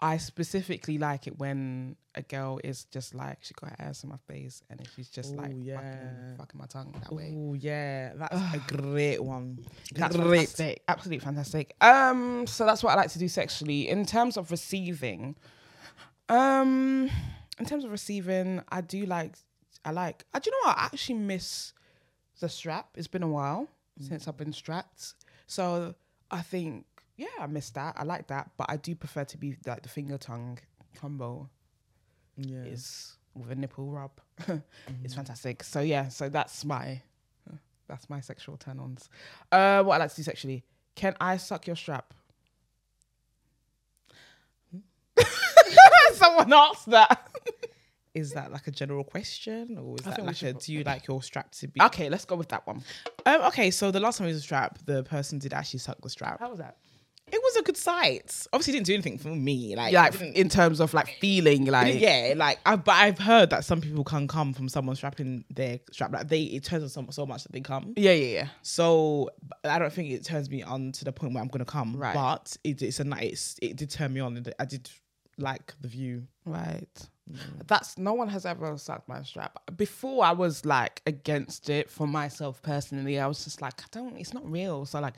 [SPEAKER 2] I specifically like it when a girl is just like she got her ass in my face and then she's just like
[SPEAKER 1] Ooh,
[SPEAKER 2] fucking,
[SPEAKER 1] yeah.
[SPEAKER 2] fucking my tongue that way.
[SPEAKER 1] oh yeah, that's a great one.
[SPEAKER 2] That's
[SPEAKER 1] great.
[SPEAKER 2] fantastic. Absolutely fantastic. Um, so that's what I like to do sexually. In terms of receiving, um, in terms of receiving, I do like I like I do you know what I actually miss the strap. It's been a while
[SPEAKER 1] Mm.
[SPEAKER 2] since I've been strapped, so I think yeah, I miss that. I like that, but I do prefer to be like the finger tongue combo
[SPEAKER 1] Yeah.
[SPEAKER 2] is with a nipple rub. It's fantastic. So yeah, so that's my that's my sexual turn ons. Uh, what I like to do sexually. Can I suck your strap? Hmm? Someone asked that.
[SPEAKER 1] Is that like a general question, or is
[SPEAKER 2] I think
[SPEAKER 1] that
[SPEAKER 2] we
[SPEAKER 1] like
[SPEAKER 2] should
[SPEAKER 1] a
[SPEAKER 2] put-
[SPEAKER 1] do you like your strap to be?
[SPEAKER 2] Okay, let's go with that one.
[SPEAKER 1] Um, okay, so the last time it was a strap, the person did actually suck the strap.
[SPEAKER 2] was that?
[SPEAKER 1] It was a good sight. Obviously, it didn't do anything for me. Like,
[SPEAKER 2] Like
[SPEAKER 1] it didn't-
[SPEAKER 2] in terms of like feeling, like
[SPEAKER 1] yeah, like I, but I've heard that some people can come from someone strapping their strap. Like they, it turns on someone so much that they come.
[SPEAKER 2] yeah, yeah, yeah.
[SPEAKER 1] So but I don't think it turns me on to the point where I'm gonna come.
[SPEAKER 2] Right.
[SPEAKER 1] But it, it's a nice. It did turn me on. and I did like the view.
[SPEAKER 2] Right.
[SPEAKER 1] Mm.
[SPEAKER 2] That's no one has ever sucked my strap. Before I was like against it for myself personally. I was just like, I don't it's not real. So like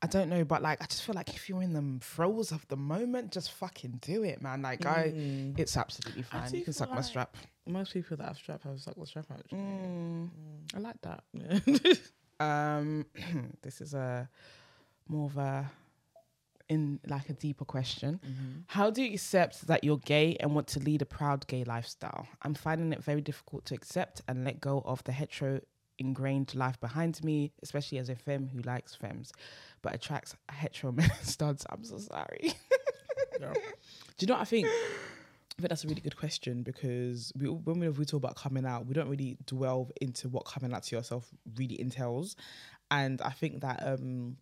[SPEAKER 2] I don't know, but like I just feel like if you're in the throes of the moment, just fucking do it, man. Like I it's absolutely fine.
[SPEAKER 1] Mm. do
[SPEAKER 2] You can
[SPEAKER 1] feel
[SPEAKER 2] suck my
[SPEAKER 1] like-
[SPEAKER 2] strap.
[SPEAKER 1] Most people that have strap have sucked the strap actually. Mm.
[SPEAKER 2] I like that.
[SPEAKER 1] Yeah.
[SPEAKER 2] Um this is a more of a in like a deeper question.
[SPEAKER 1] Mm-hmm.
[SPEAKER 2] How do you accept that you're gay and want to lead a proud gay lifestyle? I'm finding it very difficult to accept and let go of the hetero ingrained life behind me, especially as a femme who likes femmes but attracts hetero men and studs. I'm so sorry.
[SPEAKER 1] Yeah. Do you know what I think? I think that's a really good question because we, when we, we talk about coming out, we don't really delve into what coming out to yourself really entails, and I think that um,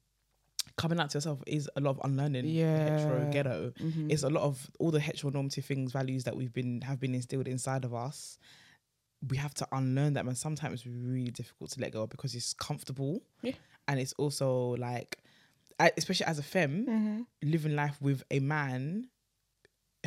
[SPEAKER 1] coming out to yourself is a lot of unlearning. in hetero
[SPEAKER 2] Yeah. Mm-hmm.
[SPEAKER 1] ghetto. It's a lot of all the heteronormative things, values that we've been have been instilled inside of us. We have to unlearn them, and sometimes it's really difficult to let go of because it's comfortable,
[SPEAKER 2] Yeah.
[SPEAKER 1] and it's also like, I- especially as a femme, living life with a man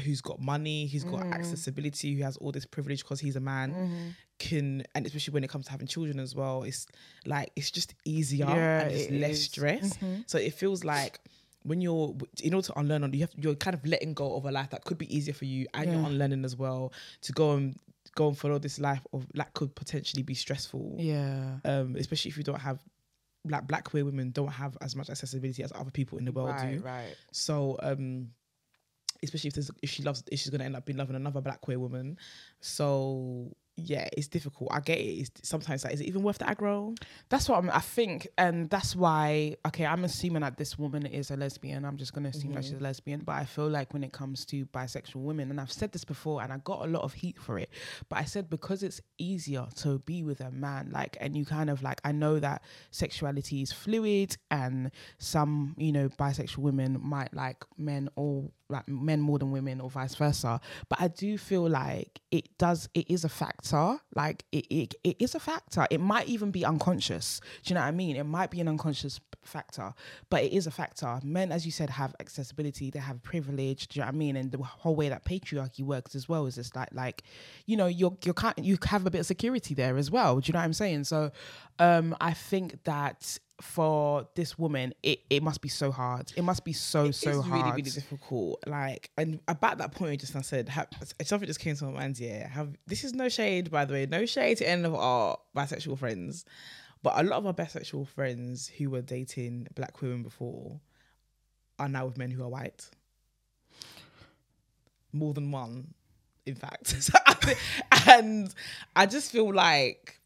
[SPEAKER 1] who's got money, who's got
[SPEAKER 2] Mm.
[SPEAKER 1] accessibility, who has all this privilege because he's a man, can and especially when it comes to having children as well, it's like it's just easier
[SPEAKER 2] Yeah,
[SPEAKER 1] and it's
[SPEAKER 2] it
[SPEAKER 1] less
[SPEAKER 2] is. Mm-hmm.
[SPEAKER 1] stress. So it feels like when you're in order to unlearn on you have you're kind of letting go of a life that could be easier for you and you're
[SPEAKER 2] Yeah.
[SPEAKER 1] unlearning as well to go and go and follow this life of that could potentially be stressful
[SPEAKER 2] Yeah.
[SPEAKER 1] um, especially if you don't have like black queer women don't have as much accessibility as other people in the world
[SPEAKER 2] right,
[SPEAKER 1] do.
[SPEAKER 2] right.
[SPEAKER 1] So um, especially if there's if she loves if she's gonna end up being loving another black queer woman. So yeah, it's difficult. I get it. It's sometimes like, is it even worth the aggro?
[SPEAKER 2] That's what I'm, I think, and that's why. Okay, I'm assuming that this woman is a lesbian. I'm just gonna assume that she's a lesbian. But I feel like when it comes to bisexual women, and I've said this before, and I got a lot of heat for it. But I said because it's easier to be with a man, like, and you kind of like, I know that sexuality is fluid, and some, you know, bisexual women might like men or like men more than women or vice versa. But I do feel like it does it is a factor. Like it it, it is a factor. It might even be unconscious. Do you know what I mean? It might be an unconscious p- factor, but it is a factor. Men, as you said, have accessibility, they have privilege, do you know what I mean? And the whole way that patriarchy works as well is just like like, you know, you're you're kind you have a bit of security there as well. Do you know what I'm saying? So um I think that for this woman, it, it must be so hard. It must be so, Oh, so
[SPEAKER 1] it's
[SPEAKER 2] hard.
[SPEAKER 1] really, really difficult. Like, and about that point, you just now said have, something just came to my mind. Yeah, have this is no shade, by the way, no shade to any of our bisexual friends, but a lot of our bisexual friends who were dating black women before are now with men who are white. More than one, in fact. So I thi- and I just feel like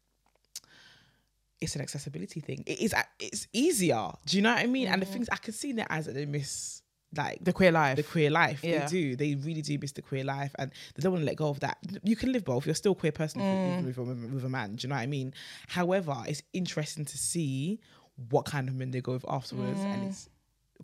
[SPEAKER 1] it's an accessibility thing. It is. It's easier. Do you know what I mean? And the things I can see in their eyes that they miss, like
[SPEAKER 2] Mm-hmm. the queer life.
[SPEAKER 1] the queer life.
[SPEAKER 2] Yeah.
[SPEAKER 1] They do. They really do miss the queer life, and they don't want to let go of that. You can live both. You're still a queer person if you-
[SPEAKER 2] Mm.
[SPEAKER 1] even if you're with, with a man. Do you know what I mean? However, it's interesting to see what kind of men they go with afterwards,
[SPEAKER 2] Mm.
[SPEAKER 1] and it's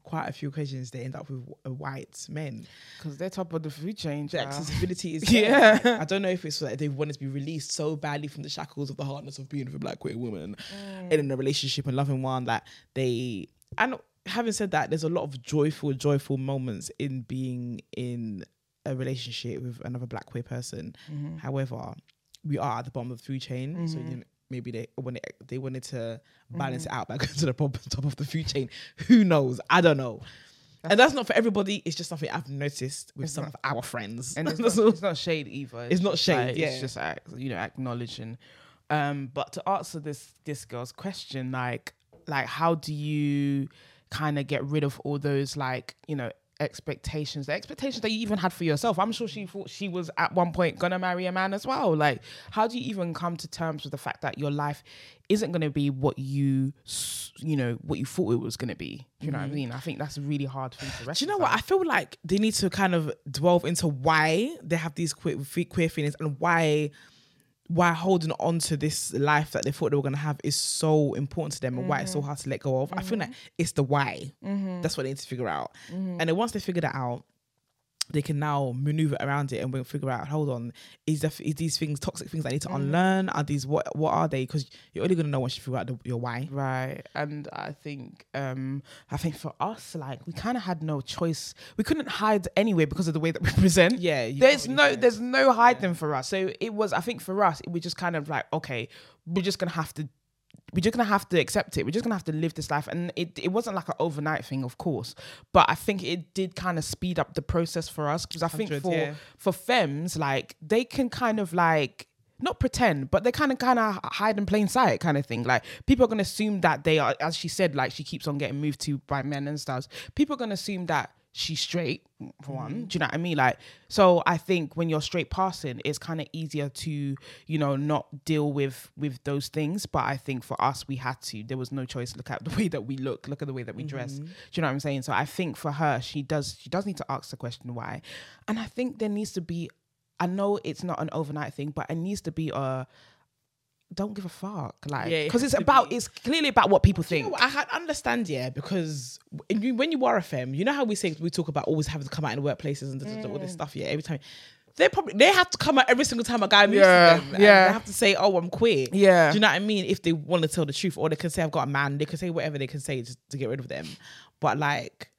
[SPEAKER 1] quite a few occasions they end up with wh- white men.
[SPEAKER 2] Because they're top of the food chain.
[SPEAKER 1] The
[SPEAKER 2] child.
[SPEAKER 1] accessibility is there.
[SPEAKER 2] Yeah.
[SPEAKER 1] Like, I don't know if it's like they wanted to be released so badly from the shackles of the hardness of being with a black queer woman and in a relationship and loving one that they and having said that, there's a lot of joyful, joyful moments in being in a relationship with another black queer person. However, we are at the bottom of the food chain, so you know, maybe they when they, they wanted to balance it out by going to the prob- top of the food chain. Who knows? I don't know. And that's not for everybody. It's just something I've noticed with some of our friends.
[SPEAKER 2] and it's
[SPEAKER 1] That's
[SPEAKER 2] not,
[SPEAKER 1] all.
[SPEAKER 2] it's not shade either.
[SPEAKER 1] It's not
[SPEAKER 2] just
[SPEAKER 1] shade,
[SPEAKER 2] like-
[SPEAKER 1] yeah.
[SPEAKER 2] It's just like, you know acknowledging. Um, but to answer this this girl's question, like like how do you kind of get rid of all those like you know expectations, the expectations that you even had for yourself? I'm sure she thought she was at one point gonna marry a man as well. Like how do you even come to terms with the fact that your life isn't gonna be what you s- you know what you thought it was gonna be? Do you know what I mean? I think that's a really hard thing to.
[SPEAKER 1] Do you know what? I feel like they need to kind of delve into why they have these queer, fe- queer feelings and why why holding on to this life that they thought they were going to have is so important to them and why it's so
[SPEAKER 2] Mm-hmm.
[SPEAKER 1] hard to let go of. I feel like it's the why. That's what they need to figure out.
[SPEAKER 2] Mm-hmm.
[SPEAKER 1] And then once they figure that out, they can now maneuver around it and we'll figure out hold on is, there, is these things toxic things i need to
[SPEAKER 2] Mm-hmm.
[SPEAKER 1] unlearn are these what what are they because you're only going to know once you figure out the, your why
[SPEAKER 2] Right. And I think um I think for us, like we kinda had no choice. We couldn't hide anyway because of the way that we present.
[SPEAKER 1] yeah you
[SPEAKER 2] There's
[SPEAKER 1] can't
[SPEAKER 2] no
[SPEAKER 1] really-
[SPEAKER 2] there's no hiding for us. So it was I think for us, it was just kind of like, okay, we're just gonna have to we're just gonna have to accept it. We're just gonna have to live this life. And it, it wasn't like an overnight thing, of course. But I think it did kind of speed up the process for us. Because I think
[SPEAKER 1] Hundred,
[SPEAKER 2] for
[SPEAKER 1] yeah.
[SPEAKER 2] for femmes, like they can kind of like not pretend, but they kind of kind of hide in plain sight kind of thing. Like people are gonna assume that they are, as she said, like she keeps on getting moved to by men and stuff. People are gonna assume that she's straight for
[SPEAKER 1] Mm-hmm.
[SPEAKER 2] one. Do you know what I mean? Like, so I think when you're straight passing, it's kind of easier to, you know, not deal with with those things. But I think for us, we had to. There was no choice. Look at the way that we look. Look at the way that we dress.
[SPEAKER 1] Mm-hmm.
[SPEAKER 2] Do you know what I'm saying? So I think for her, she does. She does need to ask the question why, and I think there needs to be. I know it's not an overnight thing, but it needs to be a. Don't give a fuck, like,
[SPEAKER 1] Yeah, it
[SPEAKER 2] because
[SPEAKER 1] has
[SPEAKER 2] it's
[SPEAKER 1] to
[SPEAKER 2] about.
[SPEAKER 1] be-
[SPEAKER 2] It's clearly about what people
[SPEAKER 1] You know
[SPEAKER 2] think.
[SPEAKER 1] what, I had understand, yeah, because when you, when you are a femme, you know how we say we talk about always having to come out in workplaces and da- da- da- all this stuff, yeah, every time. They probably they have to come out every single time a guy moves
[SPEAKER 2] Yeah,
[SPEAKER 1] to them. and
[SPEAKER 2] yeah.
[SPEAKER 1] they have to say, "Oh, I'm queer."
[SPEAKER 2] Yeah.
[SPEAKER 1] do you know what I mean? If they want to tell the truth, or they can say, "I've got a man." They can say whatever they can say just to get rid of them. But like,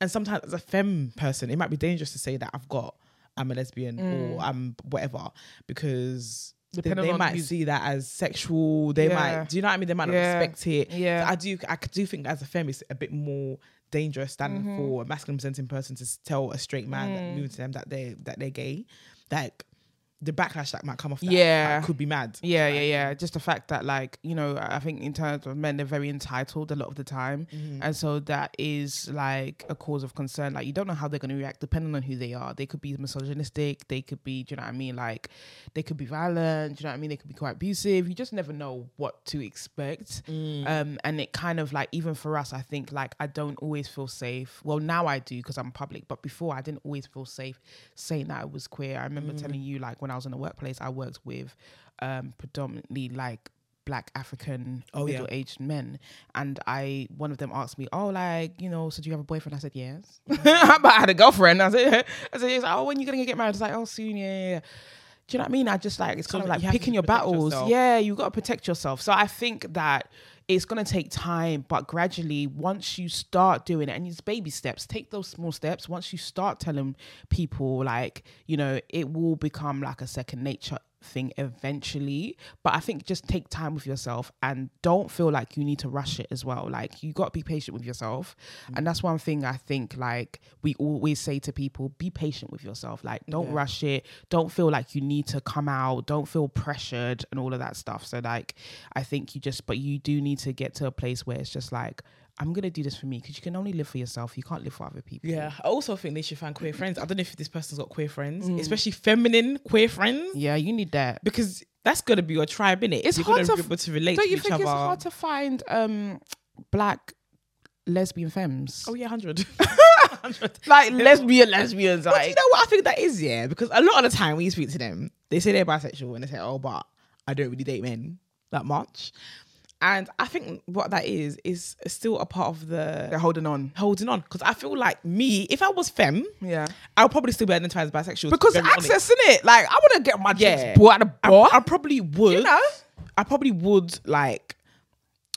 [SPEAKER 1] and sometimes as a femme person, it might be dangerous to say that I've got I'm a lesbian or I'm whatever because they,
[SPEAKER 2] Mm. Depending
[SPEAKER 1] they
[SPEAKER 2] on
[SPEAKER 1] might
[SPEAKER 2] who's-
[SPEAKER 1] see that as sexual. They
[SPEAKER 2] Yeah.
[SPEAKER 1] might, do you know what I mean? They might not
[SPEAKER 2] Yeah.
[SPEAKER 1] respect it.
[SPEAKER 2] Yeah.
[SPEAKER 1] So I do I do think as a feminist a bit more dangerous than for a masculine presenting person to s- tell a straight man that moving to them that they that they're gay. Like the backlash that might come off that
[SPEAKER 2] Yeah.
[SPEAKER 1] like, could be mad.
[SPEAKER 2] Yeah, yeah, yeah. Just the fact that, like, you know, I think in terms of men, they're very entitled a lot of the time.
[SPEAKER 1] Mm-hmm. Mm.
[SPEAKER 2] And so that is like a cause of concern. Like, you don't know how they're going to react depending on who they are. They could be misogynistic. They could be, do you know what I mean? Like, they could be violent. Do you know what I mean? They could be quite abusive. You just never know what to expect.
[SPEAKER 1] mm,
[SPEAKER 2] Um, and it kind of like, even for us, I think, like, I don't always feel safe. Well, now I do because I'm public, but before I didn't always feel safe saying that I was queer. I remember
[SPEAKER 1] Mm.
[SPEAKER 2] telling you, like, when I was in the workplace, I worked with um, predominantly like black African
[SPEAKER 1] Oh, yeah.
[SPEAKER 2] middle aged men. And I one of them asked me, Oh, like, you know, so do you have a boyfriend? I said, Yes. but
[SPEAKER 1] Mm.
[SPEAKER 2] I had a girlfriend. I said, yeah. I said, yes. Oh, when you gonna get married? I was like, Oh, soon, yeah, yeah, yeah. Do you know what I mean? I just like it's kind of
[SPEAKER 1] you
[SPEAKER 2] like
[SPEAKER 1] have to
[SPEAKER 2] picking your
[SPEAKER 1] protect
[SPEAKER 2] battles.
[SPEAKER 1] yourself.
[SPEAKER 2] Yeah, you gotta protect yourself. So I think that it's gonna take time, but gradually, once you start doing it, and it's baby steps, take those small steps. Once you start telling people, like, you know, it will become like a second nature thing eventually. But I think just take time with yourself and don't feel like you need to rush it as well. Like you gotta be patient with yourself. And that's one thing I think like we always say to people, be patient with yourself. Like don't rush it. Don't feel like you need to come out. Don't feel pressured and all of that stuff. So like I think you just but you do need to get to a place where it's just like I'm gonna do this for me because you can only live for yourself. You can't live for other people.
[SPEAKER 1] Yeah, I also think they should find queer friends. I don't know if this person's got queer friends, especially feminine queer friends,
[SPEAKER 2] Yeah, you need that.
[SPEAKER 1] because that's gonna be your tribe, innit?
[SPEAKER 2] It's
[SPEAKER 1] You're gonna
[SPEAKER 2] hard to
[SPEAKER 1] be
[SPEAKER 2] f-
[SPEAKER 1] able to relate
[SPEAKER 2] Don't
[SPEAKER 1] to
[SPEAKER 2] you
[SPEAKER 1] each
[SPEAKER 2] think
[SPEAKER 1] other.
[SPEAKER 2] it's hard to find um black lesbian femmes?
[SPEAKER 1] oh yeah, hundred.
[SPEAKER 2] Like lesbian lesbians,
[SPEAKER 1] But you know what I think that is, yeah, because a lot of the time when you speak to them, they say they're bisexual and they say, "Oh, but I don't really date men that much," and I think what that is is still a part of the
[SPEAKER 2] they're holding on.
[SPEAKER 1] holding on. Because I feel like me, if I was femme,
[SPEAKER 2] Yeah.
[SPEAKER 1] I would probably still be identified as bisexual
[SPEAKER 2] Because
[SPEAKER 1] to be very honest.
[SPEAKER 2] access in it. Like I wanna get my
[SPEAKER 1] Yeah.
[SPEAKER 2] yeah. bought at the
[SPEAKER 1] I,
[SPEAKER 2] bar.
[SPEAKER 1] I probably would.
[SPEAKER 2] know?
[SPEAKER 1] I probably would like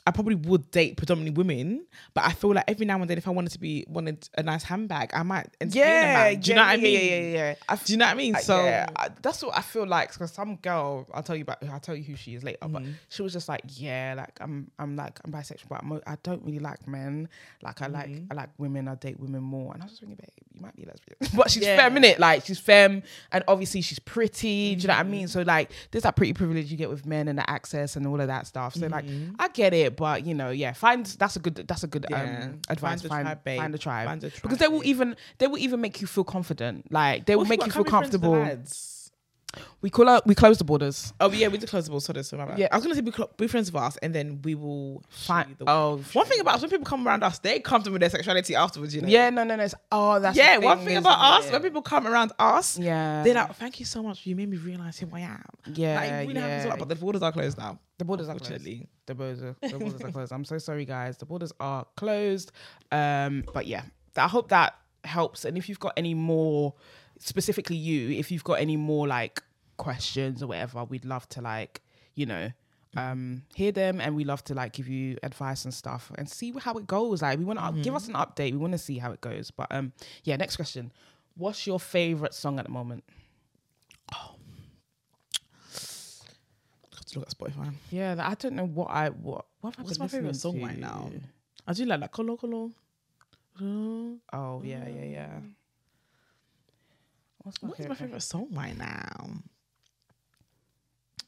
[SPEAKER 1] I probably would date predominantly women, but I feel like every now and then, if I wanted to be wanted a nice handbag, I might entertain a
[SPEAKER 2] yeah,
[SPEAKER 1] man. Do you know what I mean?
[SPEAKER 2] Yeah, yeah, yeah. I
[SPEAKER 1] Do you know what I mean? So
[SPEAKER 2] yeah, I, that's what I feel like. Because some girl, I'll tell you about, I'll tell you who she is later. But
[SPEAKER 1] Mm.
[SPEAKER 2] she was just like, yeah, like I'm, I'm like I'm bisexual, but I'm, a- I don't really like men. Like I like,
[SPEAKER 1] Mm-hmm.
[SPEAKER 2] I like women. I date women more. And I was just thinking, babe, you might be a lesbian, but she's
[SPEAKER 1] Yeah.
[SPEAKER 2] femme, innit? Like she's femme, and obviously she's pretty. Do you know what I mean?
[SPEAKER 1] Mm-hmm.
[SPEAKER 2] So like, there's that pretty privilege you get with men and the access and all of that stuff. So like, I get it, but you know, yeah, find that's a good, that's a good
[SPEAKER 1] Mm-hmm. Yeah.
[SPEAKER 2] um, advice.
[SPEAKER 1] Find a
[SPEAKER 2] Find,
[SPEAKER 1] tribe, babe.
[SPEAKER 2] find a tribe,
[SPEAKER 1] Find a tribe,
[SPEAKER 2] because they will
[SPEAKER 1] babe.
[SPEAKER 2] even they will even make you feel confident. Like they will
[SPEAKER 1] What if
[SPEAKER 2] make
[SPEAKER 1] got-
[SPEAKER 2] you feel
[SPEAKER 1] can't be friends with the
[SPEAKER 2] comfortable.
[SPEAKER 1] lads?
[SPEAKER 2] We call out we close the borders.
[SPEAKER 1] Oh yeah, we do closable. So that's my bad.
[SPEAKER 2] Yeah.
[SPEAKER 1] I was gonna say be, clo- be friends with us, and then we will show you
[SPEAKER 2] Fine.
[SPEAKER 1] the
[SPEAKER 2] Oh,
[SPEAKER 1] One thing about us, when people come around us, they comfortable with their sexuality afterwards, you know?
[SPEAKER 2] yeah, no, no, no. It's, oh, that's
[SPEAKER 1] Yeah,
[SPEAKER 2] the
[SPEAKER 1] one thing
[SPEAKER 2] isn't
[SPEAKER 1] about us,
[SPEAKER 2] it?
[SPEAKER 1] when people come around us,
[SPEAKER 2] yeah,
[SPEAKER 1] they're like, thank you so much. You made me realize who I am.
[SPEAKER 2] yeah,
[SPEAKER 1] Like, it really
[SPEAKER 2] yeah.
[SPEAKER 1] happens a lot, but the borders are closed now.
[SPEAKER 2] the borders are closed.
[SPEAKER 1] Unfortunately.
[SPEAKER 2] The borders, are, the borders are closed. I'm so sorry, guys. The borders are closed. Um, but yeah, I hope that helps. And if you've got any more, specifically you, if you've got any more like questions or whatever, we'd love to like, you know, um, hear them, and we love to like give you advice and stuff, and see how it goes. Like, we want to give us an update. We want to see how it goes. But um, yeah. Next question. What's your favorite song at the moment?
[SPEAKER 1] Have to look at Spotify.
[SPEAKER 2] Yeah, like, I don't know what I what. what have I
[SPEAKER 1] What's
[SPEAKER 2] been
[SPEAKER 1] my favorite
[SPEAKER 2] listening
[SPEAKER 1] song right
[SPEAKER 2] to?
[SPEAKER 1] now? I do like that Colo Colo.
[SPEAKER 2] Oh yeah, yeah, yeah. What's
[SPEAKER 1] What is my favorite song right now?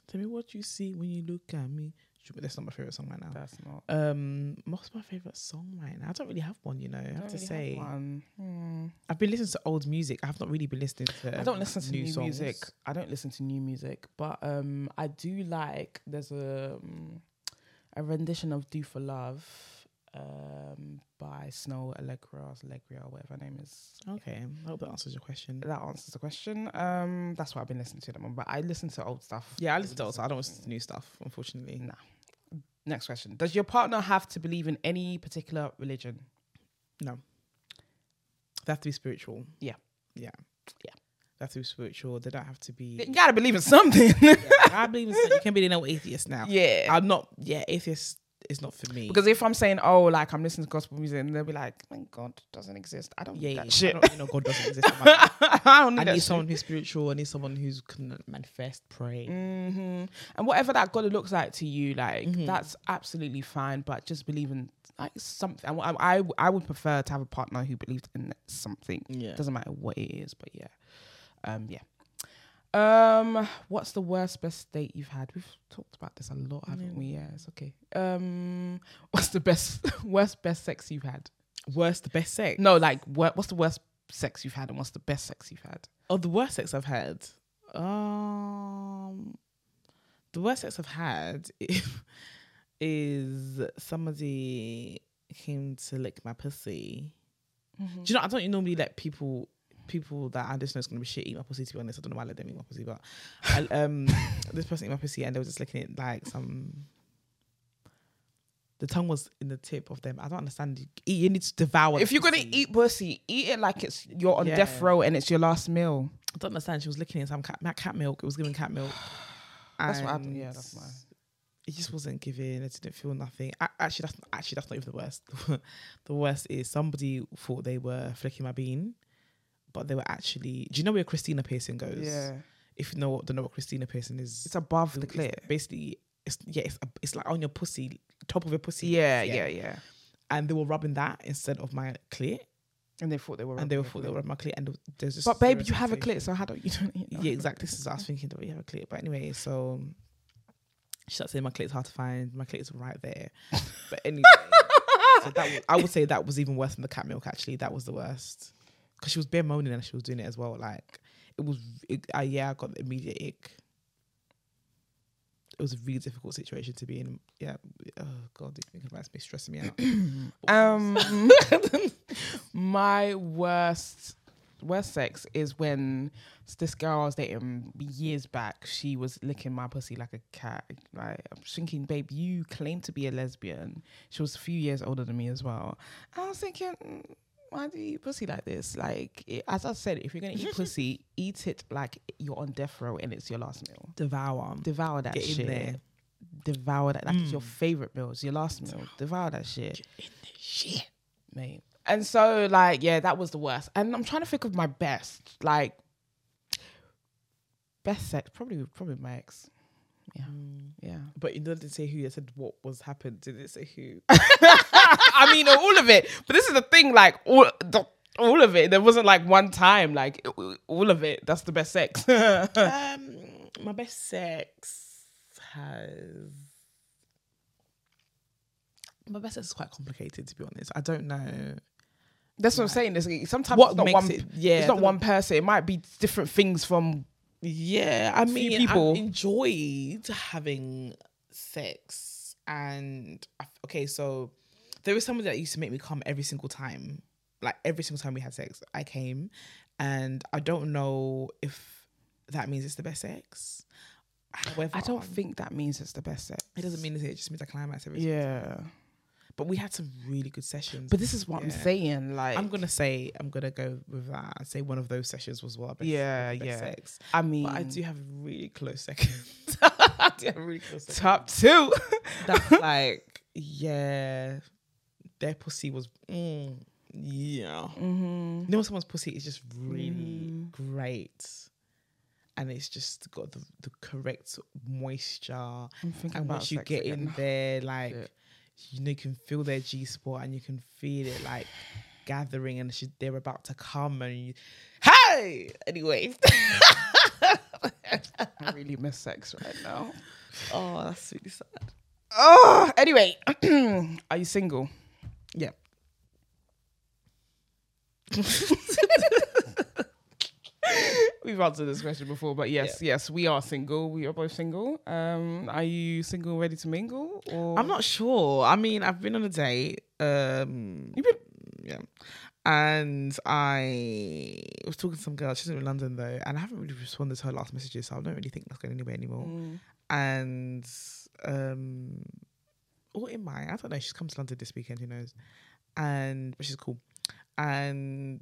[SPEAKER 1] Tell me what you see when you look at me. Shoot, but That's not my favorite song right now.
[SPEAKER 2] That's not.
[SPEAKER 1] Um, what's my favorite song right now? I don't really have one, you know. I have to say,
[SPEAKER 2] one. Hmm.
[SPEAKER 1] I've been listening to old music. I have not really been listening to.
[SPEAKER 2] I don't listen to new,
[SPEAKER 1] uh, songs.
[SPEAKER 2] music. I don't listen to new music, but um, I do like. There's a um, a rendition of "Do for Love" um by Snow Allegra, Allegria, or whatever her name is.
[SPEAKER 1] Okay, I hope that answers your question.
[SPEAKER 2] That answers the question. Um, that's what I've been listening to them on. But I listen to old stuff.
[SPEAKER 1] Yeah, I listen to old. I don't listen to new stuff, unfortunately.
[SPEAKER 2] Nah. Next question: Does your partner have to believe in any particular religion?
[SPEAKER 1] No, they have to be spiritual.
[SPEAKER 2] Yeah.
[SPEAKER 1] yeah,
[SPEAKER 2] Yeah.
[SPEAKER 1] They have to be spiritual. They don't have to
[SPEAKER 2] You
[SPEAKER 1] be.
[SPEAKER 2] gotta believe in something.
[SPEAKER 1] I believe in. You can be an old atheist now.
[SPEAKER 2] yeah.
[SPEAKER 1] I'm not. Yeah, atheist is not for me.
[SPEAKER 2] Because if I'm saying, oh, like I'm listening to gospel music, and they'll be like, "Thank God doesn't exist. I don't
[SPEAKER 1] yeah,
[SPEAKER 2] need
[SPEAKER 1] yeah,
[SPEAKER 2] that shit.
[SPEAKER 1] I don't, you know, God doesn't exist. in my life.
[SPEAKER 2] I don't need
[SPEAKER 1] I
[SPEAKER 2] that
[SPEAKER 1] need
[SPEAKER 2] shit.
[SPEAKER 1] someone who's spiritual. I need someone who's can manifest, pray.
[SPEAKER 2] Mhm. And whatever that God looks like to you, like
[SPEAKER 1] Mm-hmm.
[SPEAKER 2] that's absolutely fine. But just believe in like something. I, I, I would prefer to have a partner who believes in something.
[SPEAKER 1] Yeah.
[SPEAKER 2] Doesn't matter what it is, but yeah, um, yeah. Um, what's the worst best date you've had? We've talked about this a lot, haven't we? Yeah, it's okay. Um, what's the best worst best sex you've had?
[SPEAKER 1] Worst, the best sex.
[SPEAKER 2] No, like wor- what's the worst sex you've had and what's the best sex you've had?
[SPEAKER 1] Oh, the worst sex I've had. Um, the worst sex I've had is somebody came to lick my pussy.
[SPEAKER 2] Mm-hmm.
[SPEAKER 1] Do you know? I don't normally let people people that I just know is gonna be shit eat my pussy. To be honest, I don't know why I let them eat my pussy, but I, um, this person ate my pussy and they were just licking it like some. The tongue was in the tip of them. I don't understand. You, eat- you need to devour.
[SPEAKER 2] If
[SPEAKER 1] the
[SPEAKER 2] you're gonna
[SPEAKER 1] pussy.
[SPEAKER 2] eat pussy, eat it like it's you're on
[SPEAKER 1] Yeah.
[SPEAKER 2] death row and it's your last meal.
[SPEAKER 1] I don't understand. She was licking it some cat, my cat milk. It was giving cat milk.
[SPEAKER 2] That's what happened.
[SPEAKER 1] And
[SPEAKER 2] Yeah, that's mine.
[SPEAKER 1] It just wasn't giving. I didn't feel nothing. A- actually, that's actually that's not even the worst. the worst is somebody thought they were flicking my bean, but they were actually. Do you know where Christina Pearson goes?
[SPEAKER 2] Yeah,
[SPEAKER 1] If you know what don't know what Christina Pearson is,
[SPEAKER 2] it's above the
[SPEAKER 1] it's
[SPEAKER 2] clit.
[SPEAKER 1] basically, it's yeah, it's it's like on your pussy, top of your pussy.
[SPEAKER 2] Yeah, yeah, yeah.
[SPEAKER 1] And they were rubbing that instead of my clit,
[SPEAKER 2] And they thought they were.
[SPEAKER 1] and they were
[SPEAKER 2] rubbing
[SPEAKER 1] thought
[SPEAKER 2] it.
[SPEAKER 1] they were rubbing my clit, and there's just.
[SPEAKER 2] But babe,
[SPEAKER 1] zero
[SPEAKER 2] you have a
[SPEAKER 1] sensation.
[SPEAKER 2] clit, so how don't you don't eat?
[SPEAKER 1] Yeah, exactly. This is what I was thinking that we have a clit. But anyway, so um, she started saying my clit's hard to find. My clit's right there. But anyway, so that was, I would say that was even worse than the cat milk. Actually, that was the worst because she was bare moaning and she was doing it as well. Like it was, it, I, yeah, I got the immediate ick. It was a really difficult situation to be in. Yeah, oh god, thinking about it's stressing me out.
[SPEAKER 2] Um, my worst worst sex is when this girl I was dating years back, she was licking my pussy like a cat. Like I'm thinking, babe, you claim to be a lesbian. She was a few years older than me as well. I was thinking. "Mm, Why do you eat pussy like this? Like, it, as I said, if you're gonna eat pussy, eat it like you're on death row and it's your last meal.
[SPEAKER 1] Devour.
[SPEAKER 2] Devour that
[SPEAKER 1] Get in
[SPEAKER 2] shit.
[SPEAKER 1] there. Mm.
[SPEAKER 2] devour that. Like it's your favorite meal. It's your last meal. Devour that shit,
[SPEAKER 1] Shit.
[SPEAKER 2] mate. And so like yeah, that was the worst. And I'm trying to think of my best. Like best sex, probably probably my ex. Yeah, yeah.
[SPEAKER 1] But it didn't say who. It said what was happened. Did it say who?
[SPEAKER 2] I mean, all of it. But this is the thing, like all the, all of it. There wasn't like one time, like all of it. That's the best sex. That's
[SPEAKER 1] um, my best sex has. My best sex is quite complicated, to be honest. I don't know.
[SPEAKER 2] what I'm saying. Is sometimes
[SPEAKER 1] What
[SPEAKER 2] it's not
[SPEAKER 1] makes
[SPEAKER 2] one.
[SPEAKER 1] it- yeah,
[SPEAKER 2] it's not
[SPEAKER 1] the-
[SPEAKER 2] one person. It might be different things from.
[SPEAKER 1] Yeah, I mean,
[SPEAKER 2] people.
[SPEAKER 1] I enjoyed having sex, and I- okay, so there was someone that used to make me come every single time, like every single time we had sex, I came, and I don't know if that means it's the best sex. However,
[SPEAKER 2] I don't think that means it's the best sex.
[SPEAKER 1] It doesn't mean it's it just means I climax every.
[SPEAKER 2] Yeah,
[SPEAKER 1] But we had some really good sessions.
[SPEAKER 2] but this is what I'm
[SPEAKER 1] Yeah.
[SPEAKER 2] saying. Like,
[SPEAKER 1] I'm gonna say I'm gonna go with that. I'd say one of those sessions was what. Best,
[SPEAKER 2] Yeah,
[SPEAKER 1] best
[SPEAKER 2] yeah.
[SPEAKER 1] Sex.
[SPEAKER 2] I mean,
[SPEAKER 1] But I do have a really close second. I do have a really close second.
[SPEAKER 2] top two.
[SPEAKER 1] That's like, yeah, their pussy was, mm, yeah. You
[SPEAKER 2] mm-hmm.
[SPEAKER 1] know, when someone's pussy is just really
[SPEAKER 2] Mm.
[SPEAKER 1] great. And it's just got the, the correct moisture.
[SPEAKER 2] I'm thinking
[SPEAKER 1] And
[SPEAKER 2] about
[SPEAKER 1] once you
[SPEAKER 2] sex
[SPEAKER 1] get
[SPEAKER 2] again.
[SPEAKER 1] in there, like,
[SPEAKER 2] Shit.
[SPEAKER 1] you know, you can feel their G spot and you can feel it like gathering and she, they're about to come and you, hey! Anyway.
[SPEAKER 2] I really miss sex right now.
[SPEAKER 1] oh, that's really sad.
[SPEAKER 2] Oh, anyway, are you single?
[SPEAKER 1] Yeah.
[SPEAKER 2] We've answered this question before, but yes, yes, we are single. We are both single. Um, are you single, ready to mingle? Or
[SPEAKER 1] I'm not sure. I mean, I've been on a date. Um,
[SPEAKER 2] You've been-
[SPEAKER 1] yeah. And I was talking to some girl. She's in London though, and I haven't really responded to her last messages, so I don't really think that's going anywhere anymore.
[SPEAKER 2] Mm.
[SPEAKER 1] And um, or in my, I don't know. She's come to London this weekend. Who knows? And but she's cool. And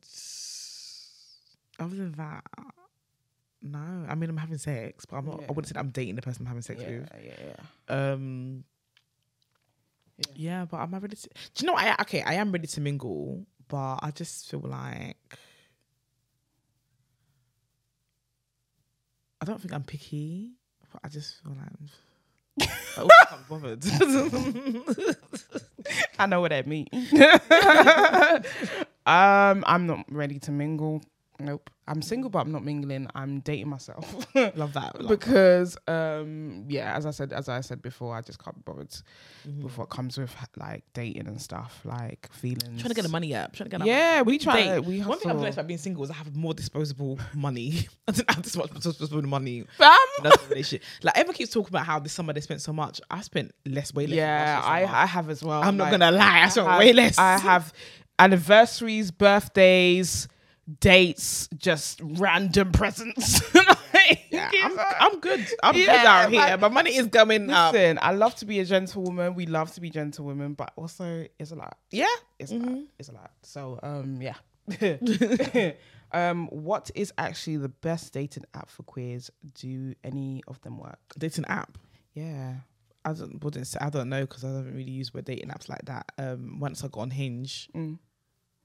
[SPEAKER 1] other than that, no. I mean, I'm having sex, but I'm not.
[SPEAKER 2] Yeah.
[SPEAKER 1] I wouldn't say that I'm dating the person I'm having sex
[SPEAKER 2] Yeah,
[SPEAKER 1] with.
[SPEAKER 2] yeah, yeah.
[SPEAKER 1] Um,
[SPEAKER 2] Yeah.
[SPEAKER 1] yeah. but I'm ready to. Do you know? what I okay, I am ready to mingle, but I just feel like I don't think I'm picky. But I just feel like I also can't be bothered.
[SPEAKER 2] I know what that means. um, I'm not ready to mingle. Nope. I'm single, but I'm not mingling. I'm dating myself.
[SPEAKER 1] love that. Love
[SPEAKER 2] because um yeah as i said as i said before i just can't be bothered
[SPEAKER 1] Mhm.
[SPEAKER 2] with what comes with like dating and stuff like feelings
[SPEAKER 1] trying to get the money up. Trying to get the
[SPEAKER 2] yeah we
[SPEAKER 1] Date.
[SPEAKER 2] try we
[SPEAKER 1] One thing I've
[SPEAKER 2] hustle.
[SPEAKER 1] noticed about being single is I have more disposable money. I don't have this much disposable money.
[SPEAKER 2] Fam.
[SPEAKER 1] That's the relationship. Like everyone keeps talking about how this summer they spent so much. I spent less, way less. than
[SPEAKER 2] yeah
[SPEAKER 1] last
[SPEAKER 2] i
[SPEAKER 1] year's summer.
[SPEAKER 2] i have as well
[SPEAKER 1] I'm not
[SPEAKER 2] like,
[SPEAKER 1] gonna lie, I spent
[SPEAKER 2] have-
[SPEAKER 1] way less.
[SPEAKER 2] i have anniversaries birthdays dates just random presents
[SPEAKER 1] Yeah, I'm, I'm good. I'm
[SPEAKER 2] Yeah,
[SPEAKER 1] good out here.
[SPEAKER 2] like-
[SPEAKER 1] My money is coming up.
[SPEAKER 2] Listen, I love to be a gentlewoman. We love to be gentlewomen, but also it's a lot.
[SPEAKER 1] Yeah.
[SPEAKER 2] It's a
[SPEAKER 1] Mm-hmm.
[SPEAKER 2] lot. It's a lot. So um yeah. um what is actually the best dating app for queers? Do any of them work?
[SPEAKER 1] Dating app.
[SPEAKER 2] Yeah.
[SPEAKER 1] I don't wouldn't say I don't know because I haven't really used with dating apps like that. Um, once I got on Hinge,
[SPEAKER 2] Mm.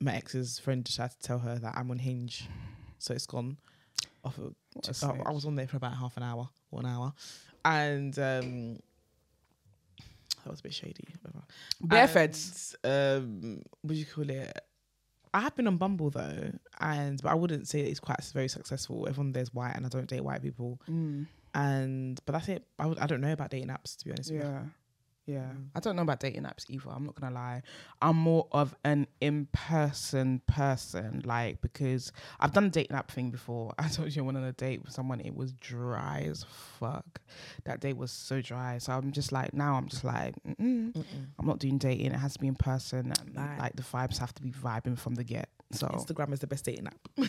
[SPEAKER 1] my ex's friend decided to tell her that I'm on Hinge, so it's gone. Off of,
[SPEAKER 2] a
[SPEAKER 1] oh,
[SPEAKER 2] snitch.
[SPEAKER 1] I was on there for about half an hour or an hour, and um, that was a bit shady. Whatever.
[SPEAKER 2] Bare feds.
[SPEAKER 1] And, Um, what do you call it? I have been on Bumble though, and but I wouldn't say that it's quite s- very successful. Everyone there's white, and I don't date white people.
[SPEAKER 2] Mm.
[SPEAKER 1] And but that's it. I, would, I don't know about dating apps to be honest. with you.
[SPEAKER 2] Yeah. Yeah. I don't know about dating apps either. I'm not gonna lie. I'm more of an in person person, like because I've done a dating app thing before. I told you I went on a date with someone, it was dry as fuck. That date was so dry. So I'm just like now I'm just like, mm I'm not doing dating. It has to be in person and
[SPEAKER 1] Vibe.
[SPEAKER 2] like the vibes have to be vibing from the get. So
[SPEAKER 1] Instagram is the best dating app.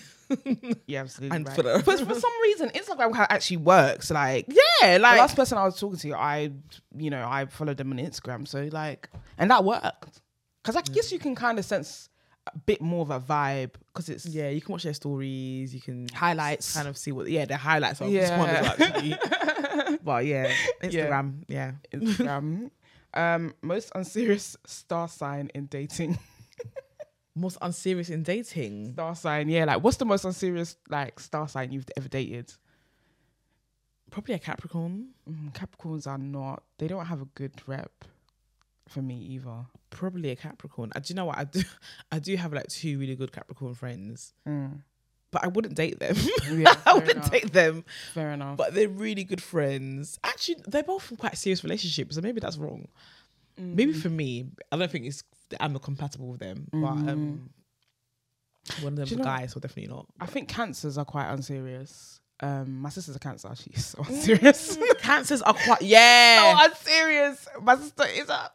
[SPEAKER 2] yeah, absolutely.
[SPEAKER 1] And
[SPEAKER 2] right.
[SPEAKER 1] for the-
[SPEAKER 2] but for some reason, Instagram ha- actually works. Like
[SPEAKER 1] Yeah,
[SPEAKER 2] the last person I was talking to, I, you know, I followed them on Instagram. So like, and that worked because I guess you can kind of sense a bit more of a vibe because it's
[SPEAKER 1] Yeah, you can watch their stories. You can
[SPEAKER 2] Highlights.
[SPEAKER 1] kind of see what. Yeah, their highlights are
[SPEAKER 2] Yeah.
[SPEAKER 1] this one is actually. but yeah, Instagram. Yeah.
[SPEAKER 2] Instagram. um, most unserious star sign in dating.
[SPEAKER 1] most unserious in dating.
[SPEAKER 2] Star sign, yeah. Like, what's the most unserious like star sign you've ever dated?
[SPEAKER 1] Probably a Capricorn.
[SPEAKER 2] Mm, Capricorns are not. They don't have a good rep for me either.
[SPEAKER 1] Probably a Capricorn. I, do you know what I do? I do have like two really good Capricorn friends,
[SPEAKER 2] Mm.
[SPEAKER 1] but I wouldn't date them.
[SPEAKER 2] Yeah,
[SPEAKER 1] I
[SPEAKER 2] fair
[SPEAKER 1] wouldn't
[SPEAKER 2] enough.
[SPEAKER 1] date them.
[SPEAKER 2] Fair enough.
[SPEAKER 1] But they're really good friends. Actually, they're both from quite serious relationships, so maybe that's wrong. Maybe
[SPEAKER 2] Mm.
[SPEAKER 1] for me, I don't think it's I'm not compatible with them. But um, one of them's
[SPEAKER 2] Mm. you
[SPEAKER 1] a
[SPEAKER 2] know-
[SPEAKER 1] guy, so definitely not.
[SPEAKER 2] I think cancers are quite unserious. Um, my sister's a cancer. She's so unserious.
[SPEAKER 1] Cancers are quite yeah.
[SPEAKER 2] so unserious. My sister is a.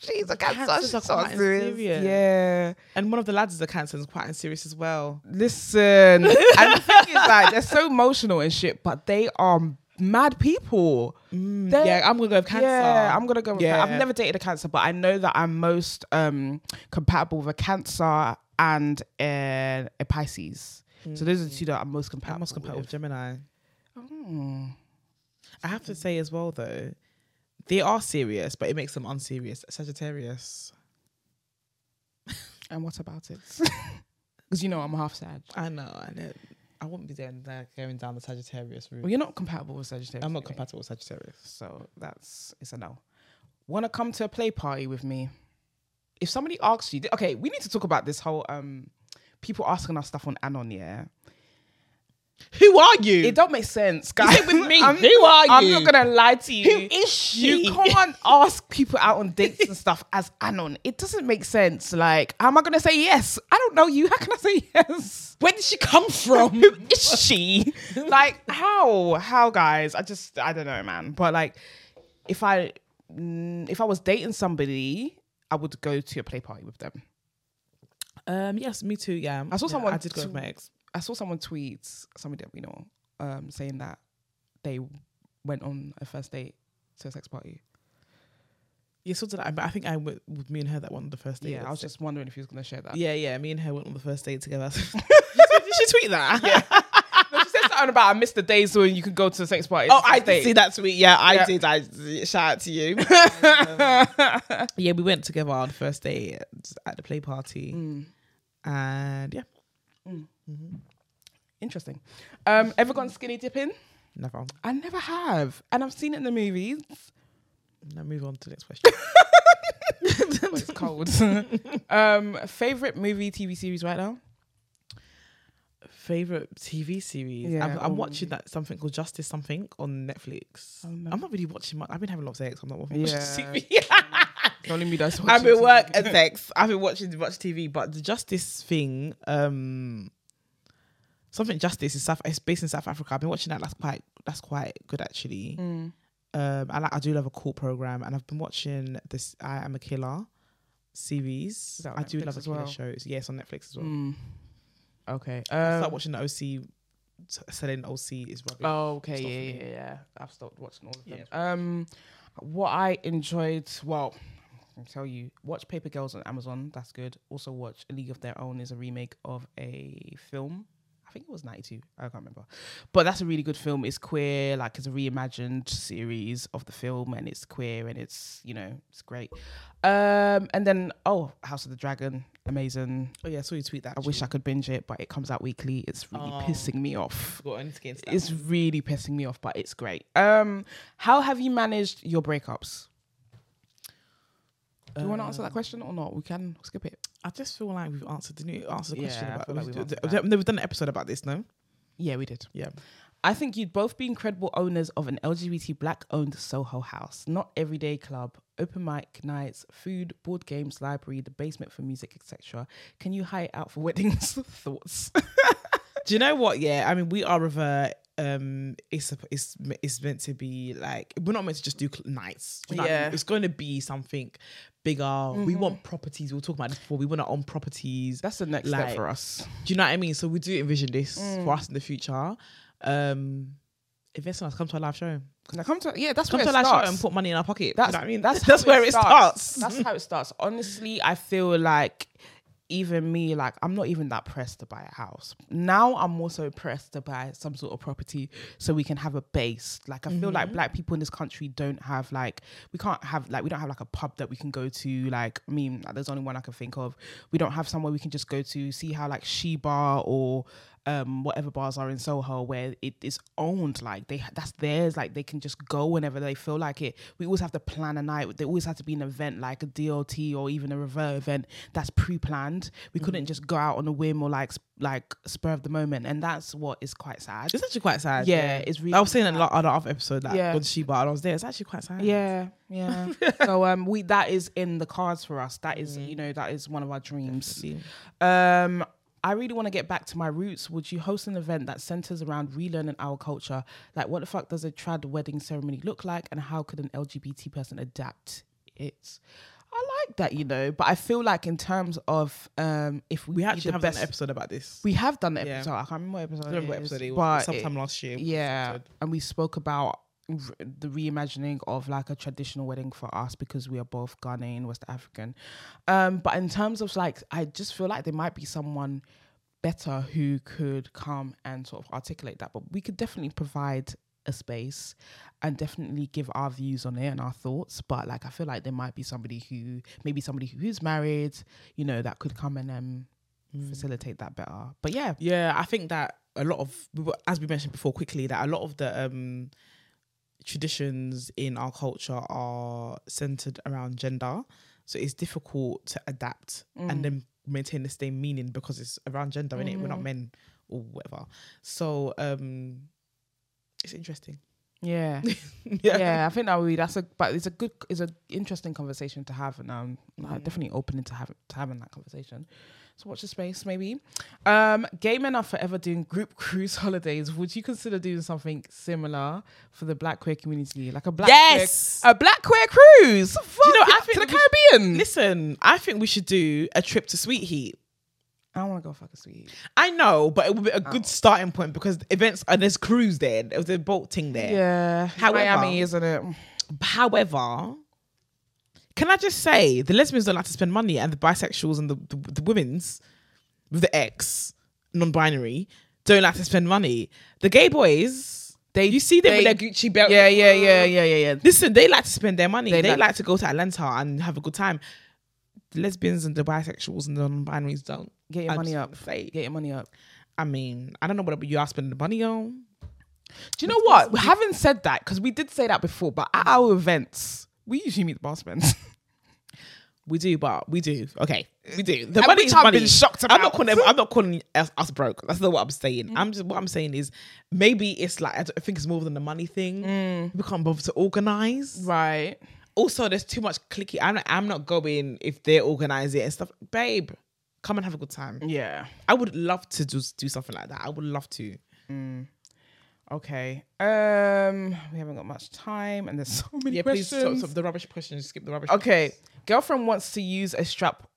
[SPEAKER 2] She's a cancer.
[SPEAKER 1] Cancers are
[SPEAKER 2] she's so
[SPEAKER 1] quite
[SPEAKER 2] unserious.
[SPEAKER 1] unserious.
[SPEAKER 2] Yeah.
[SPEAKER 1] and one of the lads is a cancer and is quite serious as well.
[SPEAKER 2] Listen, and the thing is, like, they're so emotional and shit, but they are mad people. They're-
[SPEAKER 1] yeah, I'm gonna go with cancer.
[SPEAKER 2] Yeah, I'm gonna go with.
[SPEAKER 1] Yeah.
[SPEAKER 2] Yeah. I've never dated a cancer, but I know that I'm most um compatible with a cancer and uh, a Pisces. So those are the two that Mm. I'm most compatible.
[SPEAKER 1] I'm most compatible with
[SPEAKER 2] With.
[SPEAKER 1] Gemini.
[SPEAKER 2] Mm.
[SPEAKER 1] I have to say as well though, they are serious, but it makes them unserious. Sagittarius.
[SPEAKER 2] And what about it? Because you know I'm half Sag.
[SPEAKER 1] I know, I know. I wouldn't be going, there- going down the Sagittarius route.
[SPEAKER 2] Well, you're not compatible with Sagittarius.
[SPEAKER 1] I'm not
[SPEAKER 2] anyway,
[SPEAKER 1] compatible with Sagittarius.
[SPEAKER 2] So that's it's a no. Want to come to a play party with me? If somebody asks you, okay, we need to talk about this whole um people asking us stuff on Anon. Yeah,
[SPEAKER 1] Who are you?
[SPEAKER 2] it don't make sense, guys.
[SPEAKER 1] with me.
[SPEAKER 2] I'm-
[SPEAKER 1] Who are you?
[SPEAKER 2] I'm not gonna lie to you.
[SPEAKER 1] Who is she?
[SPEAKER 2] You can't ask people out on dates and stuff as anon. It doesn't make sense. Like, how am I gonna say yes? I don't know you. How can I say yes?
[SPEAKER 1] Where did she come from?
[SPEAKER 2] Who is she? like, how? How, guys? I just, I don't know, man. But like, if I, mm, if I was dating somebody, I would go to a play party with them.
[SPEAKER 1] um, yes, me too. Yeah,
[SPEAKER 2] I saw
[SPEAKER 1] Yeah,
[SPEAKER 2] someone
[SPEAKER 1] I did go
[SPEAKER 2] to-
[SPEAKER 1] with my ex.
[SPEAKER 2] I saw someone tweet somebody that we know, um, saying that they went on a first date to a sex party.
[SPEAKER 1] Yeah, so did I. But I think I went with me and her that one on the first date.
[SPEAKER 2] Yeah, I was just wondering if he was gonna share that.
[SPEAKER 1] Yeah, yeah. Me and her went on the first date together. Did she tweet that?
[SPEAKER 2] No, she said something about I missed the days when you could go to a sex party.
[SPEAKER 1] Oh, I did see that tweet. Yeah, I
[SPEAKER 2] Yeah.
[SPEAKER 1] did. I shout out to you. yeah, we went together on the first day at- at the play party,
[SPEAKER 2] Hmm,
[SPEAKER 1] and yeah,
[SPEAKER 2] Interesting. Um, ever gone skinny dipping?
[SPEAKER 1] never.
[SPEAKER 2] I never have, and I've seen it in the movies.
[SPEAKER 1] Now move on to the next question.
[SPEAKER 2] But it's cold. um, favorite movie, TV series right now?
[SPEAKER 1] Favorite TV series?
[SPEAKER 2] Yeah,
[SPEAKER 1] I'm, I'm
[SPEAKER 2] or
[SPEAKER 1] watching that something called Justice Something on Netflix.
[SPEAKER 2] I remember.
[SPEAKER 1] I'm not really watching much. I've been having lots of sex. I'm not watching much
[SPEAKER 2] Yeah.
[SPEAKER 1] TV.
[SPEAKER 2] It's only me Mm. that's
[SPEAKER 1] I've been
[SPEAKER 2] watching
[SPEAKER 1] work
[SPEAKER 2] TV.
[SPEAKER 1] and sex. I've been watching much TV, but the Justice thing, um, something Justice is South. It's based in South Africa. I've been watching that. That's quite. That's quite good actually.
[SPEAKER 2] Mm.
[SPEAKER 1] Um, I like, I do love a court program, and I've been watching this. I am a killer series.
[SPEAKER 2] Is that on
[SPEAKER 1] I do
[SPEAKER 2] Netflix
[SPEAKER 1] love a
[SPEAKER 2] as
[SPEAKER 1] killer
[SPEAKER 2] well?
[SPEAKER 1] shows. Yes, on Netflix as well.
[SPEAKER 2] Mm. Okay.
[SPEAKER 1] I
[SPEAKER 2] Um,
[SPEAKER 1] Start watching the OC. s- Selling OC is rubbish.
[SPEAKER 2] oh, okay.
[SPEAKER 1] Stop
[SPEAKER 2] Yeah,
[SPEAKER 1] for
[SPEAKER 2] yeah, yeah, yeah. I've stopped watching all of them. Um, what I enjoyed, well, I can tell you, watch Paper Girls on Amazon. That's good. Also, watch A League of Their Own is a remake of a film. I think it was 92. I can't remember. But that's a really good film. It's queer, like it's a reimagined series of the film and it's queer and it's, you know, it's great. Um and then oh, House of the Dragon, amazing.
[SPEAKER 1] Oh yeah, I saw you tweet that.
[SPEAKER 2] I wish I
[SPEAKER 1] actually.
[SPEAKER 2] could binge it, but it comes out weekly. It's really
[SPEAKER 1] Oh.
[SPEAKER 2] pissing me off.
[SPEAKER 1] forgot. I need to get into that.
[SPEAKER 2] It's really pissing me off, but it's great. Um, how have you managed your breakups? Do you want to answer that question or not? We can skip it.
[SPEAKER 1] Um, I just feel like we've answered. Didn't you answer the
[SPEAKER 2] Yeah,
[SPEAKER 1] question
[SPEAKER 2] I
[SPEAKER 1] about?
[SPEAKER 2] feel like we've
[SPEAKER 1] we-
[SPEAKER 2] answered
[SPEAKER 1] we-
[SPEAKER 2] that.
[SPEAKER 1] no, we've done an episode about this. No.
[SPEAKER 2] Yeah, we did.
[SPEAKER 1] Yeah.
[SPEAKER 2] I think you'd both be incredible owners of an LGBT black owned Soho house. Not everyday club, open mic nights, food, board games, library, the basement for music, etc. Can you hire it out for weddings? Thoughts?
[SPEAKER 1] Do you know what? Yeah, I mean, we are revert. Um, it's a- it's it's meant to be like we're not meant to just do cl- nights. Do you know what I mean?
[SPEAKER 2] Yeah. Mm-hmm.
[SPEAKER 1] it's going to be something bigger. We want properties. We were talking about this before. We want our own properties.
[SPEAKER 2] That's the next
[SPEAKER 1] Like-
[SPEAKER 2] step for us.
[SPEAKER 1] Do you know what I mean? So we do envision this
[SPEAKER 2] Mm.
[SPEAKER 1] for us in the future. Um, invest in us. Come to our live show.
[SPEAKER 2] Now come to yeah, that's
[SPEAKER 1] Come
[SPEAKER 2] where
[SPEAKER 1] to
[SPEAKER 2] it
[SPEAKER 1] our live show
[SPEAKER 2] starts.
[SPEAKER 1] and put money in our pocket. Do you
[SPEAKER 2] That's
[SPEAKER 1] know what I mean.
[SPEAKER 2] That's
[SPEAKER 1] that's
[SPEAKER 2] how
[SPEAKER 1] where it starts.
[SPEAKER 2] That's how it starts. Honestly, I feel like even me, like, I'm not even that pressed to buy a house. Now I'm more so pressed to buy some sort of property so we can have a base. Like, I feel like black people in this country don't have, like, we can't have, like, we don't have, like, a pub that we can go to. Like, I mean, like, there's only one I can think of. We don't have somewhere we can just go to, see how, like, She Bar or um, whatever bars are in Soho where it is owned, like they that's theirs, like they can just go whenever they feel like it. We always have to plan a night. There always has to be an event like a DOT or even a reverse event that's pre-planned. We couldn't just go out on a whim or like sp- like spur of the moment, and that's what is quite sad.
[SPEAKER 1] It's actually quite sad.
[SPEAKER 2] Yeah, it's really
[SPEAKER 1] I was saying a lot on the other episode that
[SPEAKER 2] Yeah.
[SPEAKER 1] on Sheba and I was there. It's actually quite sad.
[SPEAKER 2] Yeah, yeah. so um, we that is in the cards for us. That is you know that is one of our dreams.
[SPEAKER 1] Mm. Definitely.
[SPEAKER 2] Um, I really want to get back to my roots. Would you host an event that centers around relearning our culture? Like, what the fuck does a trad wedding ceremony look like, and how could an LGBT person adapt it? I like that, you know, but I feel like in terms of um, if we,
[SPEAKER 1] We
[SPEAKER 2] be
[SPEAKER 1] actually
[SPEAKER 2] the
[SPEAKER 1] have
[SPEAKER 2] best,
[SPEAKER 1] done an episode about this.
[SPEAKER 2] we have done an
[SPEAKER 1] Yeah.
[SPEAKER 2] episode. I can't remember what episode.
[SPEAKER 1] I don't remember
[SPEAKER 2] it
[SPEAKER 1] what
[SPEAKER 2] is,
[SPEAKER 1] episode it
[SPEAKER 2] but
[SPEAKER 1] was. Sometime last year.
[SPEAKER 2] yeah,
[SPEAKER 1] episode.
[SPEAKER 2] and we spoke about r- the reimagining of like a traditional wedding for us because we are both Ghanaian, West African. Um, but in terms of like, I just feel like there might be someone better who could come and sort of articulate that. But we could definitely provide a space and definitely give our views on it and our thoughts. But like, I feel like there might be somebody who, maybe somebody who's married, you know, that could come and um, facilitate that better. But yeah,
[SPEAKER 1] Mm. Yeah, I think that a lot of, we were- as we mentioned before, quickly that a lot of the um, traditions in our culture are centered around gender, so it's difficult to adapt and then maintain the same meaning because it's around gender, innit? We're not men or whatever. So um, it's interesting.
[SPEAKER 2] yeah.
[SPEAKER 1] yeah.
[SPEAKER 2] yeah, I think that would be that's a but it's a good it's an interesting conversation to have, and I'm
[SPEAKER 1] Mm.
[SPEAKER 2] like, definitely open to having to having that conversation. So watch the space, maybe. Um, gay men are forever doing group cruise holidays. Would you consider doing something similar for the black queer community, like a black
[SPEAKER 1] Yes!
[SPEAKER 2] queer, a black queer cruise? Fuck,
[SPEAKER 1] know, I
[SPEAKER 2] yeah,
[SPEAKER 1] think
[SPEAKER 2] to the
[SPEAKER 1] we should-
[SPEAKER 2] Caribbean.
[SPEAKER 1] Um, Listen, I think we should do a trip to Sweet Heat.
[SPEAKER 2] I want to go fuck a sweet.
[SPEAKER 1] I know, but it would be a
[SPEAKER 2] Oh.
[SPEAKER 1] good starting point because events and there's cruise there, there's a boat thing there.
[SPEAKER 2] Yeah,
[SPEAKER 1] However-
[SPEAKER 2] Miami, isn't it?
[SPEAKER 1] However, can I just say the lesbians don't like to spend money, and the bisexuals and the the, the women's with the X non-binary don't like to spend money. The gay boys, they you see them
[SPEAKER 2] they-
[SPEAKER 1] with their Gucci belt.
[SPEAKER 2] Yeah, yeah, yeah, yeah, yeah, yeah.
[SPEAKER 1] Listen, they like to spend their money.
[SPEAKER 2] They
[SPEAKER 1] They,
[SPEAKER 2] like-
[SPEAKER 1] like, to go to Atlanta and have a good time. The lesbians and the bisexuals and the non-binaries don't.
[SPEAKER 2] Get your
[SPEAKER 1] I
[SPEAKER 2] money
[SPEAKER 1] just
[SPEAKER 2] up.
[SPEAKER 1] wanna say-
[SPEAKER 2] Get your money up.
[SPEAKER 1] I mean, I don't know what you are spending the money on.
[SPEAKER 2] Do you know what? Having said that, because we did say that before, but at our events, we usually meet the barman.
[SPEAKER 1] We do, but we do. Okay, we do. The
[SPEAKER 2] And
[SPEAKER 1] money
[SPEAKER 2] which
[SPEAKER 1] is
[SPEAKER 2] I've
[SPEAKER 1] money.
[SPEAKER 2] been shocked
[SPEAKER 1] I'm
[SPEAKER 2] about. Mm.
[SPEAKER 1] not calling. I'm not calling us, us broke. That's not what I'm saying. I'm just what I'm saying is maybe it's like I don't- I think it's more than the money thing.
[SPEAKER 2] Mm.
[SPEAKER 1] We can't bother to organize.
[SPEAKER 2] right.
[SPEAKER 1] Also, there's too much clicky. I'm not, I'm not going if they're organizing and stuff. Babe, come and have a good time.
[SPEAKER 2] Yeah.
[SPEAKER 1] I would love to just do something like that. I would love to.
[SPEAKER 2] Okay. Um, we haven't got much time, and there's so many
[SPEAKER 1] Yeah,
[SPEAKER 2] questions.
[SPEAKER 1] please stop, stop the rubbish questions. Skip the rubbish.
[SPEAKER 2] Okay. Girlfriend wants to use a strap.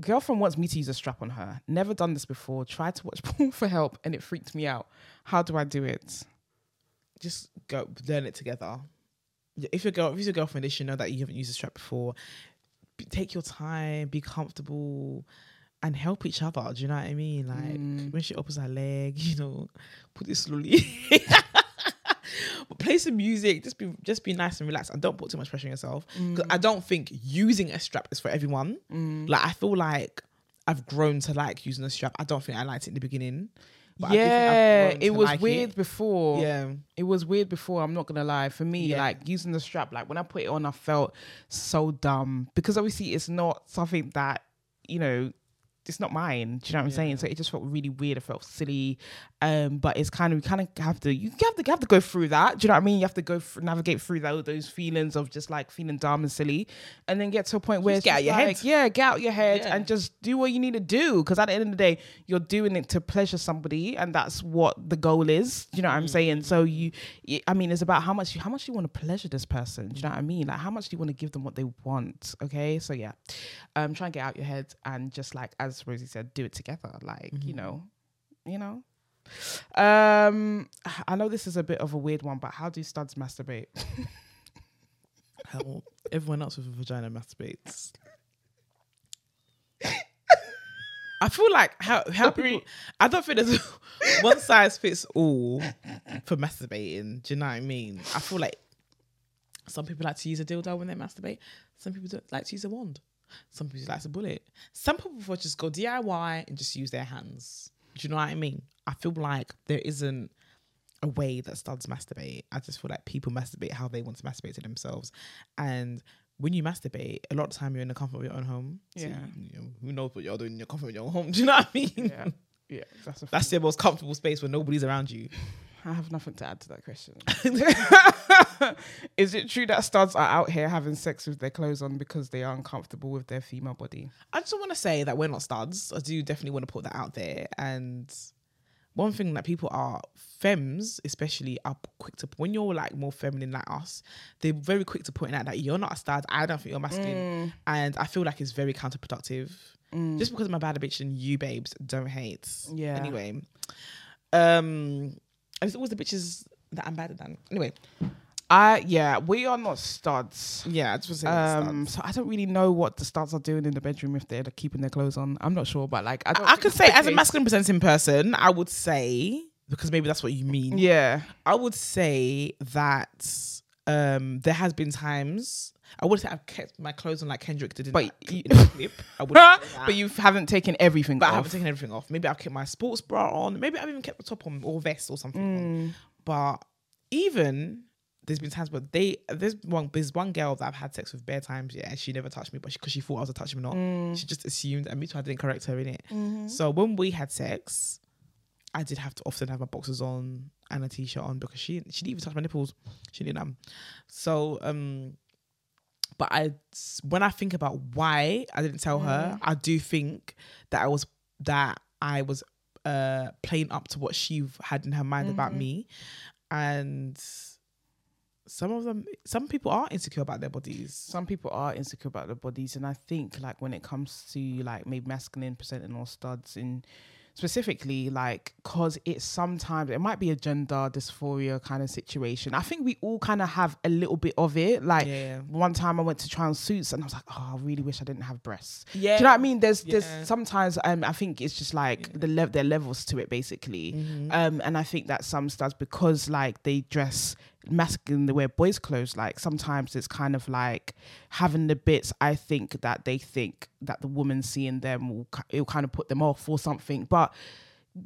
[SPEAKER 2] Girlfriend wants me to use a strap on her. Never done this before. Tried to watch porn for help, and it freaked me out. How do I do it?
[SPEAKER 1] just go learn it together. Yeah, If your girl, if it's your girlfriend, they should know that you haven't used a strap before. B- take your time, be comfortable, and help each other. Do you know what I mean? Like
[SPEAKER 2] Mm.
[SPEAKER 1] when she opens her leg, you know, put it slowly. But play some music. Just be, just be nice and relaxed, and don't put too much pressure on yourself.
[SPEAKER 2] Mm.
[SPEAKER 1] Because I don't think using a strap is for everyone. Like I feel like I've grown to like using a strap. I don't think I liked it in the beginning. but I do think I've
[SPEAKER 2] yeah,
[SPEAKER 1] grown
[SPEAKER 2] it
[SPEAKER 1] to
[SPEAKER 2] was
[SPEAKER 1] like
[SPEAKER 2] weird before.
[SPEAKER 1] Yeah.
[SPEAKER 2] it was weird before. I'm not gonna lie. For me,
[SPEAKER 1] Yeah.
[SPEAKER 2] like using the strap, like when I put it on, I felt so dumb because obviously it's not something that you know. It's not mine. Do you know what I'm saying? So it just felt really weird. It felt silly, um, but it's kind of you kind of have to you have to you have to go through that. Do you know what I mean? You have to go through, navigate through tho- those feelings of just like feeling dumb and silly, and then get to a point where
[SPEAKER 1] Just
[SPEAKER 2] it's
[SPEAKER 1] get out your head.
[SPEAKER 2] like, yeah, get out your head
[SPEAKER 1] Yeah.
[SPEAKER 2] and just do what you need to do. Because at the end of the day, you're doing it to pleasure somebody, and that's what the goal is. Do You know what I'm saying? So you, y- I mean, it's about how much you how much you want to pleasure this person. Do you know what I mean? Like how much do you want to give them what they want? Okay, so yeah, um, try and get out your head and just like as Rosie said, do it together. Like you know, you know. Um, I know this is a bit of a weird one, but how do studs masturbate?
[SPEAKER 1] how everyone else with a vagina masturbates. I feel like how how people, I don't think there's one size fits all for masturbating. Do you know what I mean? I feel like some people like to use a dildo when they masturbate. Some people don't like to use a wand. Some people like to bullet. Some people will just go DIY and just use their hands. Do you know what I mean? I feel like there isn't a way that studs masturbate. I just feel like people masturbate how they want to masturbate to themselves. And when you masturbate, a lot of time you're in the comfort of your own home. So
[SPEAKER 2] Yeah.
[SPEAKER 1] you- you know, who knows what you're doing in your comfort of your own home? Do you know what I mean?
[SPEAKER 2] yeah, yeah. That's a
[SPEAKER 1] That's your most comfortable space when nobody's around you.
[SPEAKER 2] I have nothing to add to that question. Is it true that studs are out here having sex with their clothes on because they are uncomfortable with their female body?
[SPEAKER 1] I just want to say that we're not studs. I do definitely want to put that out there. And one thing that people are femmes, especially, are quick to when you're like more feminine like us, they're very quick to point out that you're not a stud. I don't think you're
[SPEAKER 2] Mm.
[SPEAKER 1] masculine, and I feel like it's very counterproductive. Just because I'm a bad bitch and you babes don't hate.
[SPEAKER 2] Yeah.
[SPEAKER 1] Anyway, um, and it's always the bitches that I'm better than. Anyway,
[SPEAKER 2] I yeah, we are not studs.
[SPEAKER 1] yeah, I just want to say we're not
[SPEAKER 2] Um, so I don't really know what the studs are doing in the bedroom if they're like, keeping their clothes on. I'm not sure, but like I, don't
[SPEAKER 1] I could say as a
[SPEAKER 2] Oh, Okay.
[SPEAKER 1] masculine presenting person, I would say because maybe that's what you mean.
[SPEAKER 2] Yeah,
[SPEAKER 1] I would say that um there has been times I would say I've kept my clothes on like Kendrick did in
[SPEAKER 2] But
[SPEAKER 1] that
[SPEAKER 2] you-
[SPEAKER 1] in the clip. I would
[SPEAKER 2] but you haven't taken everything.
[SPEAKER 1] but I
[SPEAKER 2] off.
[SPEAKER 1] haven't taken everything off. Maybe I've kept my sports bra on. Maybe I've even kept the top on or vest or something. On. But even there's been times where they there's one there's one girl that I've had sex with bare times. Yeah, and she never touched me, but because she, thought I was a touch him or not, she just assumed. And me too, I didn't correct her in it. So when we had sex, I did have to often have my boxers on and a t-shirt on because she she didn't even touch my nipples. She didn't. Um, so um but I when I think about why I didn't tell her, I do think that I was that I was uh playing up to what she had in her mind about me, and some of them, some people are insecure about their bodies.
[SPEAKER 2] some people are insecure about their bodies and i think like when it comes to like maybe masculine presenting or studs in specifically like because it's sometimes it might be a gender dysphoria kind of situation i think we all kind of have a little bit of it like
[SPEAKER 1] Yeah.
[SPEAKER 2] one time i went to try on suits and i was like oh i really wish i didn't have breasts
[SPEAKER 1] Yeah,
[SPEAKER 2] do you know what I mean? There's
[SPEAKER 1] Yeah.
[SPEAKER 2] there's sometimes um, I think it's just like the level there are levels to it basically,
[SPEAKER 1] Mm-hmm.
[SPEAKER 2] um, and I think that some stars because like they dress masculine, they wear boys' clothes. Like sometimes it's kind of like having the bits. I think that they think that the woman seeing them will ki- it'll kind of put them off or something, but.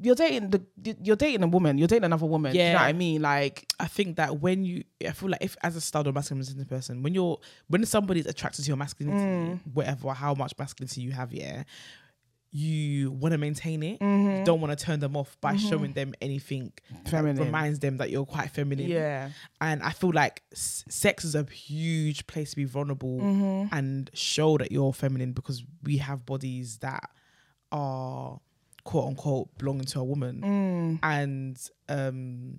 [SPEAKER 2] You're dating the you're dating a woman. You're dating another woman. Do you
[SPEAKER 1] Yeah.
[SPEAKER 2] know what I mean? Like,
[SPEAKER 1] I think that when you, I feel like if as a stud or masculine presenting person, when you're when somebody's attracted to your masculinity,
[SPEAKER 2] Mm.
[SPEAKER 1] whatever how much masculinity you have, yeah, you want to maintain it. You don't want to turn them off by showing them anything
[SPEAKER 2] Mm-hmm. Feminine.
[SPEAKER 1] that reminds them that you're quite feminine.
[SPEAKER 2] yeah,
[SPEAKER 1] and I feel like s- sex is a huge place to be vulnerable
[SPEAKER 2] Mm-hmm.
[SPEAKER 1] and show that you're feminine because we have bodies that are quote unquote belonging to a woman and um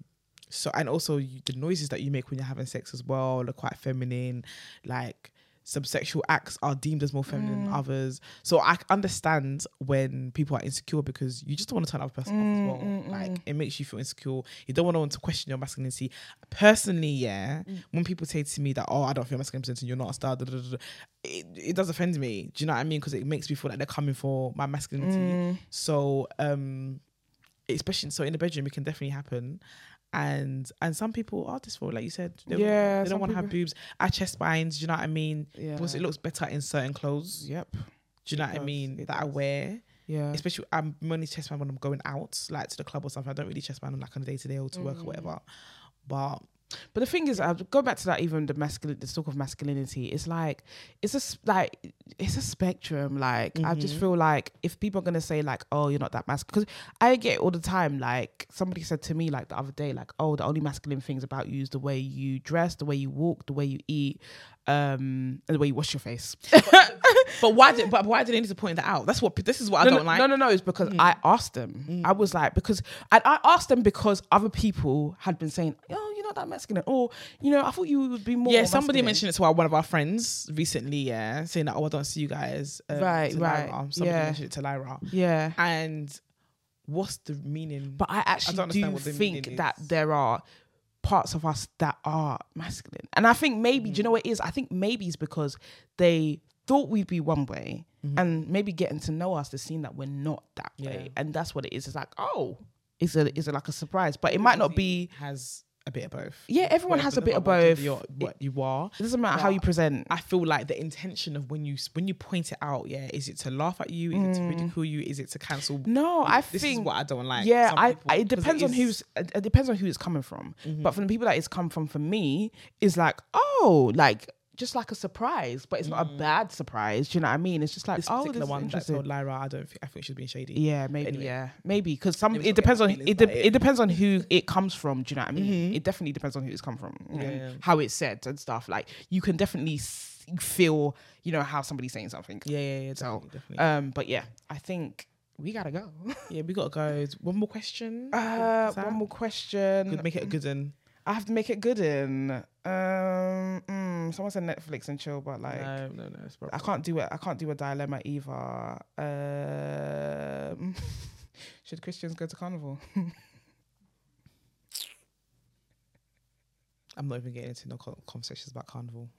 [SPEAKER 1] so and also you, the noises that you make when you're having sex as well are quite feminine like some sexual acts are deemed as more feminine than others so i c- understand when people are insecure because you just don't want to turn the other person off as well like it makes you feel insecure you don't want to want to question your masculinity personally yeah when people say to me that oh i don't feel masculine presenting you're not a star da, da, da, da, it, it does offend me do you know what i mean because it makes me feel like they're coming for my masculinity
[SPEAKER 2] Mm.
[SPEAKER 1] so um especially so in the bedroom it can definitely happen and and some people are dysphoric like you said they don't-
[SPEAKER 2] Yeah,
[SPEAKER 1] they
[SPEAKER 2] some
[SPEAKER 1] don't want to have
[SPEAKER 2] people-
[SPEAKER 1] boobs our chest binds do you know what i mean
[SPEAKER 2] yeah.
[SPEAKER 1] because it looks better in certain clothes
[SPEAKER 2] Yep.
[SPEAKER 1] do you know what i
[SPEAKER 2] does,
[SPEAKER 1] mean
[SPEAKER 2] it
[SPEAKER 1] that i wear
[SPEAKER 2] Yeah.
[SPEAKER 1] especially i'm only chest band when i'm going out like to the club or something i don't really chest band on like on a day-to-day or to work
[SPEAKER 2] Mm.
[SPEAKER 1] or whatever but
[SPEAKER 2] But the thing is, I go back to that even the masculine, the talk of masculinity. It's like it's a s- like it's a spectrum. Like I just feel like if people are gonna say like, oh, you're not that masculine, because I get it all the time. Like somebody said to me like the other day, like, oh, the only masculine things about you is the way you dress, the way you walk, the way you eat, um, and the way you wash your face.
[SPEAKER 1] but why did but why did they need to point that out that's what this is what i
[SPEAKER 2] no,
[SPEAKER 1] don't
[SPEAKER 2] no,
[SPEAKER 1] like
[SPEAKER 2] No, no, no. It's because Mm. I asked them. I was like, because I, I asked them because other people had been saying, oh, you're not that masculine, or you know, I thought you would be more.
[SPEAKER 1] yeah, somebody
[SPEAKER 2] masculine."
[SPEAKER 1] mentioned it to our, one of our friends recently. Yeah, saying that oh, I don't see you guys. Um,
[SPEAKER 2] Right,
[SPEAKER 1] to
[SPEAKER 2] right,
[SPEAKER 1] Lyra. Somebody
[SPEAKER 2] yeah.
[SPEAKER 1] mentioned it to Lyra.
[SPEAKER 2] Yeah.
[SPEAKER 1] And what's the meaning?
[SPEAKER 2] But I actually
[SPEAKER 1] don't
[SPEAKER 2] do
[SPEAKER 1] understand what the
[SPEAKER 2] think
[SPEAKER 1] meaning
[SPEAKER 2] that
[SPEAKER 1] is.
[SPEAKER 2] there are parts of us that are masculine. And I think maybe, do you know what it is? I think maybe it's because they thought we'd be one way and maybe getting to know us, the scene that we're not that
[SPEAKER 1] Mm-hmm. Yeah.
[SPEAKER 2] way, and that's what it is. It's like oh, it's a it's a, like a surprise, but it might not be.
[SPEAKER 1] has a bit of both.
[SPEAKER 2] Yeah, everyone
[SPEAKER 1] Well,
[SPEAKER 2] has a
[SPEAKER 1] but
[SPEAKER 2] bit of
[SPEAKER 1] that's what-
[SPEAKER 2] both.
[SPEAKER 1] You're, what you are.
[SPEAKER 2] It doesn't matter how you present.
[SPEAKER 1] I feel like the intention of when you when you point it out, yeah, is it to laugh at you? Is it to ridicule you? Is it to cancel?
[SPEAKER 2] Mm. No, I
[SPEAKER 1] this
[SPEAKER 2] think
[SPEAKER 1] is what I don't like.
[SPEAKER 2] yeah,
[SPEAKER 1] Some
[SPEAKER 2] I,
[SPEAKER 1] people-
[SPEAKER 2] I it
[SPEAKER 1] 'cause
[SPEAKER 2] depends on
[SPEAKER 1] is- Mm-hmm.
[SPEAKER 2] who's it it depends on who it's coming from. But from the people that it's come from, for me, is like oh, like just like a surprise, but it's not a bad surprise. Do you know what I mean? It's just like
[SPEAKER 1] Mm. this
[SPEAKER 2] oh,
[SPEAKER 1] particular
[SPEAKER 2] this is
[SPEAKER 1] one that
[SPEAKER 2] interesting.
[SPEAKER 1] told Lyra. I don't. Think, I think she's being shady.
[SPEAKER 2] yeah, maybe.
[SPEAKER 1] Anyway.
[SPEAKER 2] Yeah, maybe because some
[SPEAKER 1] Maybe
[SPEAKER 2] it
[SPEAKER 1] she'll get
[SPEAKER 2] depends on
[SPEAKER 1] feelings
[SPEAKER 2] it, de-
[SPEAKER 1] about it. Mm-hmm.
[SPEAKER 2] it. depends on who it comes from. Do you know what I mean? It definitely depends on who it's come from, and
[SPEAKER 1] Yeah.
[SPEAKER 2] how it's said and stuff. Like you can definitely s- feel, you know, how somebody's saying something.
[SPEAKER 1] yeah, yeah, yeah.
[SPEAKER 2] So,
[SPEAKER 1] Definitely, definitely.
[SPEAKER 2] Um, but yeah, I think we gotta go.
[SPEAKER 1] yeah, we gotta go. One more question.
[SPEAKER 2] Uh, mm.
[SPEAKER 1] Is that-
[SPEAKER 2] one more question.
[SPEAKER 1] Good, make it a good one.
[SPEAKER 2] I have to make it good in. Um, mm, someone said Netflix and chill, but like
[SPEAKER 1] No, no, no. It's
[SPEAKER 2] I can't do it. I can't do a dilemma either. Um, should Christians go to carnival?
[SPEAKER 1] I'm not even getting into no co- conversations about carnival.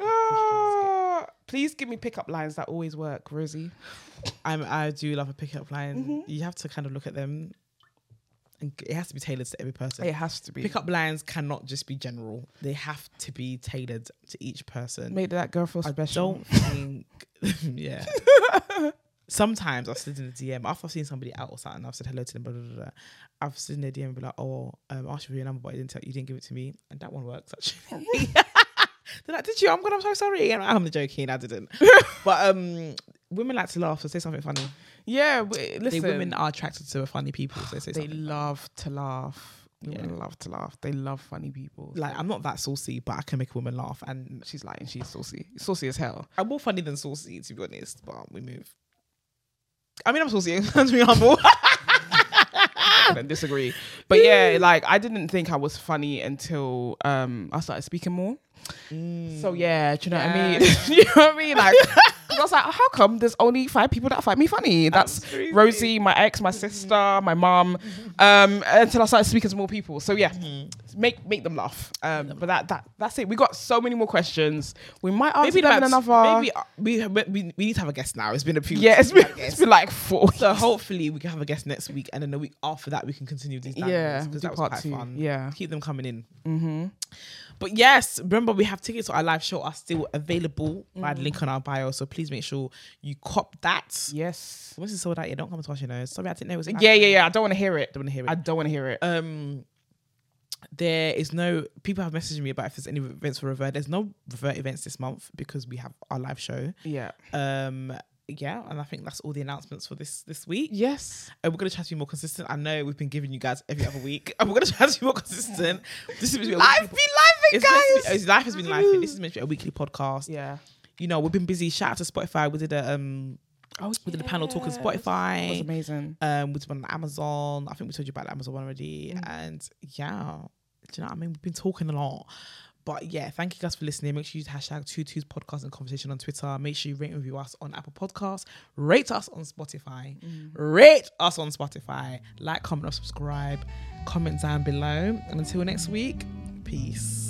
[SPEAKER 2] Ah, please give me pickup lines that always work, Rosie.
[SPEAKER 1] I'm, I do love a pickup line. You have to kind of look at them, and it has to be tailored to every person.
[SPEAKER 2] It has to be.
[SPEAKER 1] Pickup lines cannot just be general; they have to be tailored to each person.
[SPEAKER 2] Make that girl feel
[SPEAKER 1] I
[SPEAKER 2] special.
[SPEAKER 1] don't think, yeah. Sometimes I've slid in the DM after I've seen somebody out or something. I've said hello to them, blah, blah, blah, blah. I've slid in the DM and be like, "Oh, um, I asked you for your number, but you didn't tell, you didn't give it to me," and that one works actually. They're like, "Did you?" I'm going. I'm so sorry. And I'm joking. I didn't. but um, women like to laugh, so say something funny.
[SPEAKER 2] Yeah, w- listen.
[SPEAKER 1] They women are attracted to funny people, so say
[SPEAKER 2] they
[SPEAKER 1] something.
[SPEAKER 2] love to laugh. Women
[SPEAKER 1] Yeah.
[SPEAKER 2] love to laugh. They love funny people.
[SPEAKER 1] Like I'm not that saucy, but I can make a woman laugh, and
[SPEAKER 2] she's lying. She's saucy. Saucy as hell.
[SPEAKER 1] I'm more funny than saucy, to be honest. But we move. I mean, I'm saucy. to be humble.
[SPEAKER 2] I disagree. But yeah, like I didn't think I was funny until um I started speaking more.
[SPEAKER 1] Mm.
[SPEAKER 2] So yeah, do you know what I mean? you know what I mean? Like 'cause I was like, how come there's only five people that find me funny? That's
[SPEAKER 1] Absolutely.
[SPEAKER 2] Rosie, my ex,
[SPEAKER 1] Mm-hmm.
[SPEAKER 2] my sister, my mom. Um, until I started speaking to more people. So yeah,
[SPEAKER 1] Mm-hmm.
[SPEAKER 2] make make them laugh. Um, but that that that's it. We got so many more questions. We might answer
[SPEAKER 1] maybe
[SPEAKER 2] them in
[SPEAKER 1] that's-
[SPEAKER 2] another.
[SPEAKER 1] Maybe uh, we, we we need to have a guest now. It's been a few.
[SPEAKER 2] yeah, it's
[SPEAKER 1] weeks since
[SPEAKER 2] been,
[SPEAKER 1] we've had a
[SPEAKER 2] it's
[SPEAKER 1] guest.
[SPEAKER 2] been like four.
[SPEAKER 1] so hopefully we can have a guest next week, and then the week after that we can continue these.
[SPEAKER 2] yeah,
[SPEAKER 1] because
[SPEAKER 2] do
[SPEAKER 1] that was
[SPEAKER 2] part
[SPEAKER 1] quite
[SPEAKER 2] two.
[SPEAKER 1] fun.
[SPEAKER 2] Yeah. Mm-hmm.
[SPEAKER 1] Keep them coming in. But yes, remember we have tickets to our live show are still available by
[SPEAKER 2] Mm.
[SPEAKER 1] the link on our bio. So please make sure you cop that.
[SPEAKER 2] Yes.
[SPEAKER 1] Once it's sold out, yeah, don't come to us, you know. Sorry, I didn't know it was.
[SPEAKER 2] Yeah, yeah, yeah. I don't want to hear it.
[SPEAKER 1] Don't want to hear it.
[SPEAKER 2] I don't want to hear it.
[SPEAKER 1] um there is no people have messaged me about if there's any events for revert there's no revert events this month because we have our live show
[SPEAKER 2] Yeah.
[SPEAKER 1] um yeah and i think that's all the announcements for this this week
[SPEAKER 2] Yes.
[SPEAKER 1] and we're going to try to be more consistent i know we've been giving you guys every other week and we're going to try to be more consistent this is meant to be a
[SPEAKER 2] Life
[SPEAKER 1] weekly- it's
[SPEAKER 2] be living,
[SPEAKER 1] meant to be-
[SPEAKER 2] guys.
[SPEAKER 1] it's- life has been life this is meant to be a weekly podcast
[SPEAKER 2] Yeah.
[SPEAKER 1] you know we've been busy shout out to spotify we did a um
[SPEAKER 2] Oh,
[SPEAKER 1] we did a panel talk on
[SPEAKER 2] It was
[SPEAKER 1] spotify
[SPEAKER 2] amazing.
[SPEAKER 1] um, we did one on Amazon. I think we told you about the Amazon one already. And yeah, do you know what I mean? We've been talking a lot. But yeah, thank you guys for listening. Make sure you use hashtag 22's podcast and conversation on Twitter. Make sure you rate and review us on Apple Podcasts. Rate us on Spotify. Rate us on Spotify. Like, comment, or subscribe. Comment down below. And until next week, peace.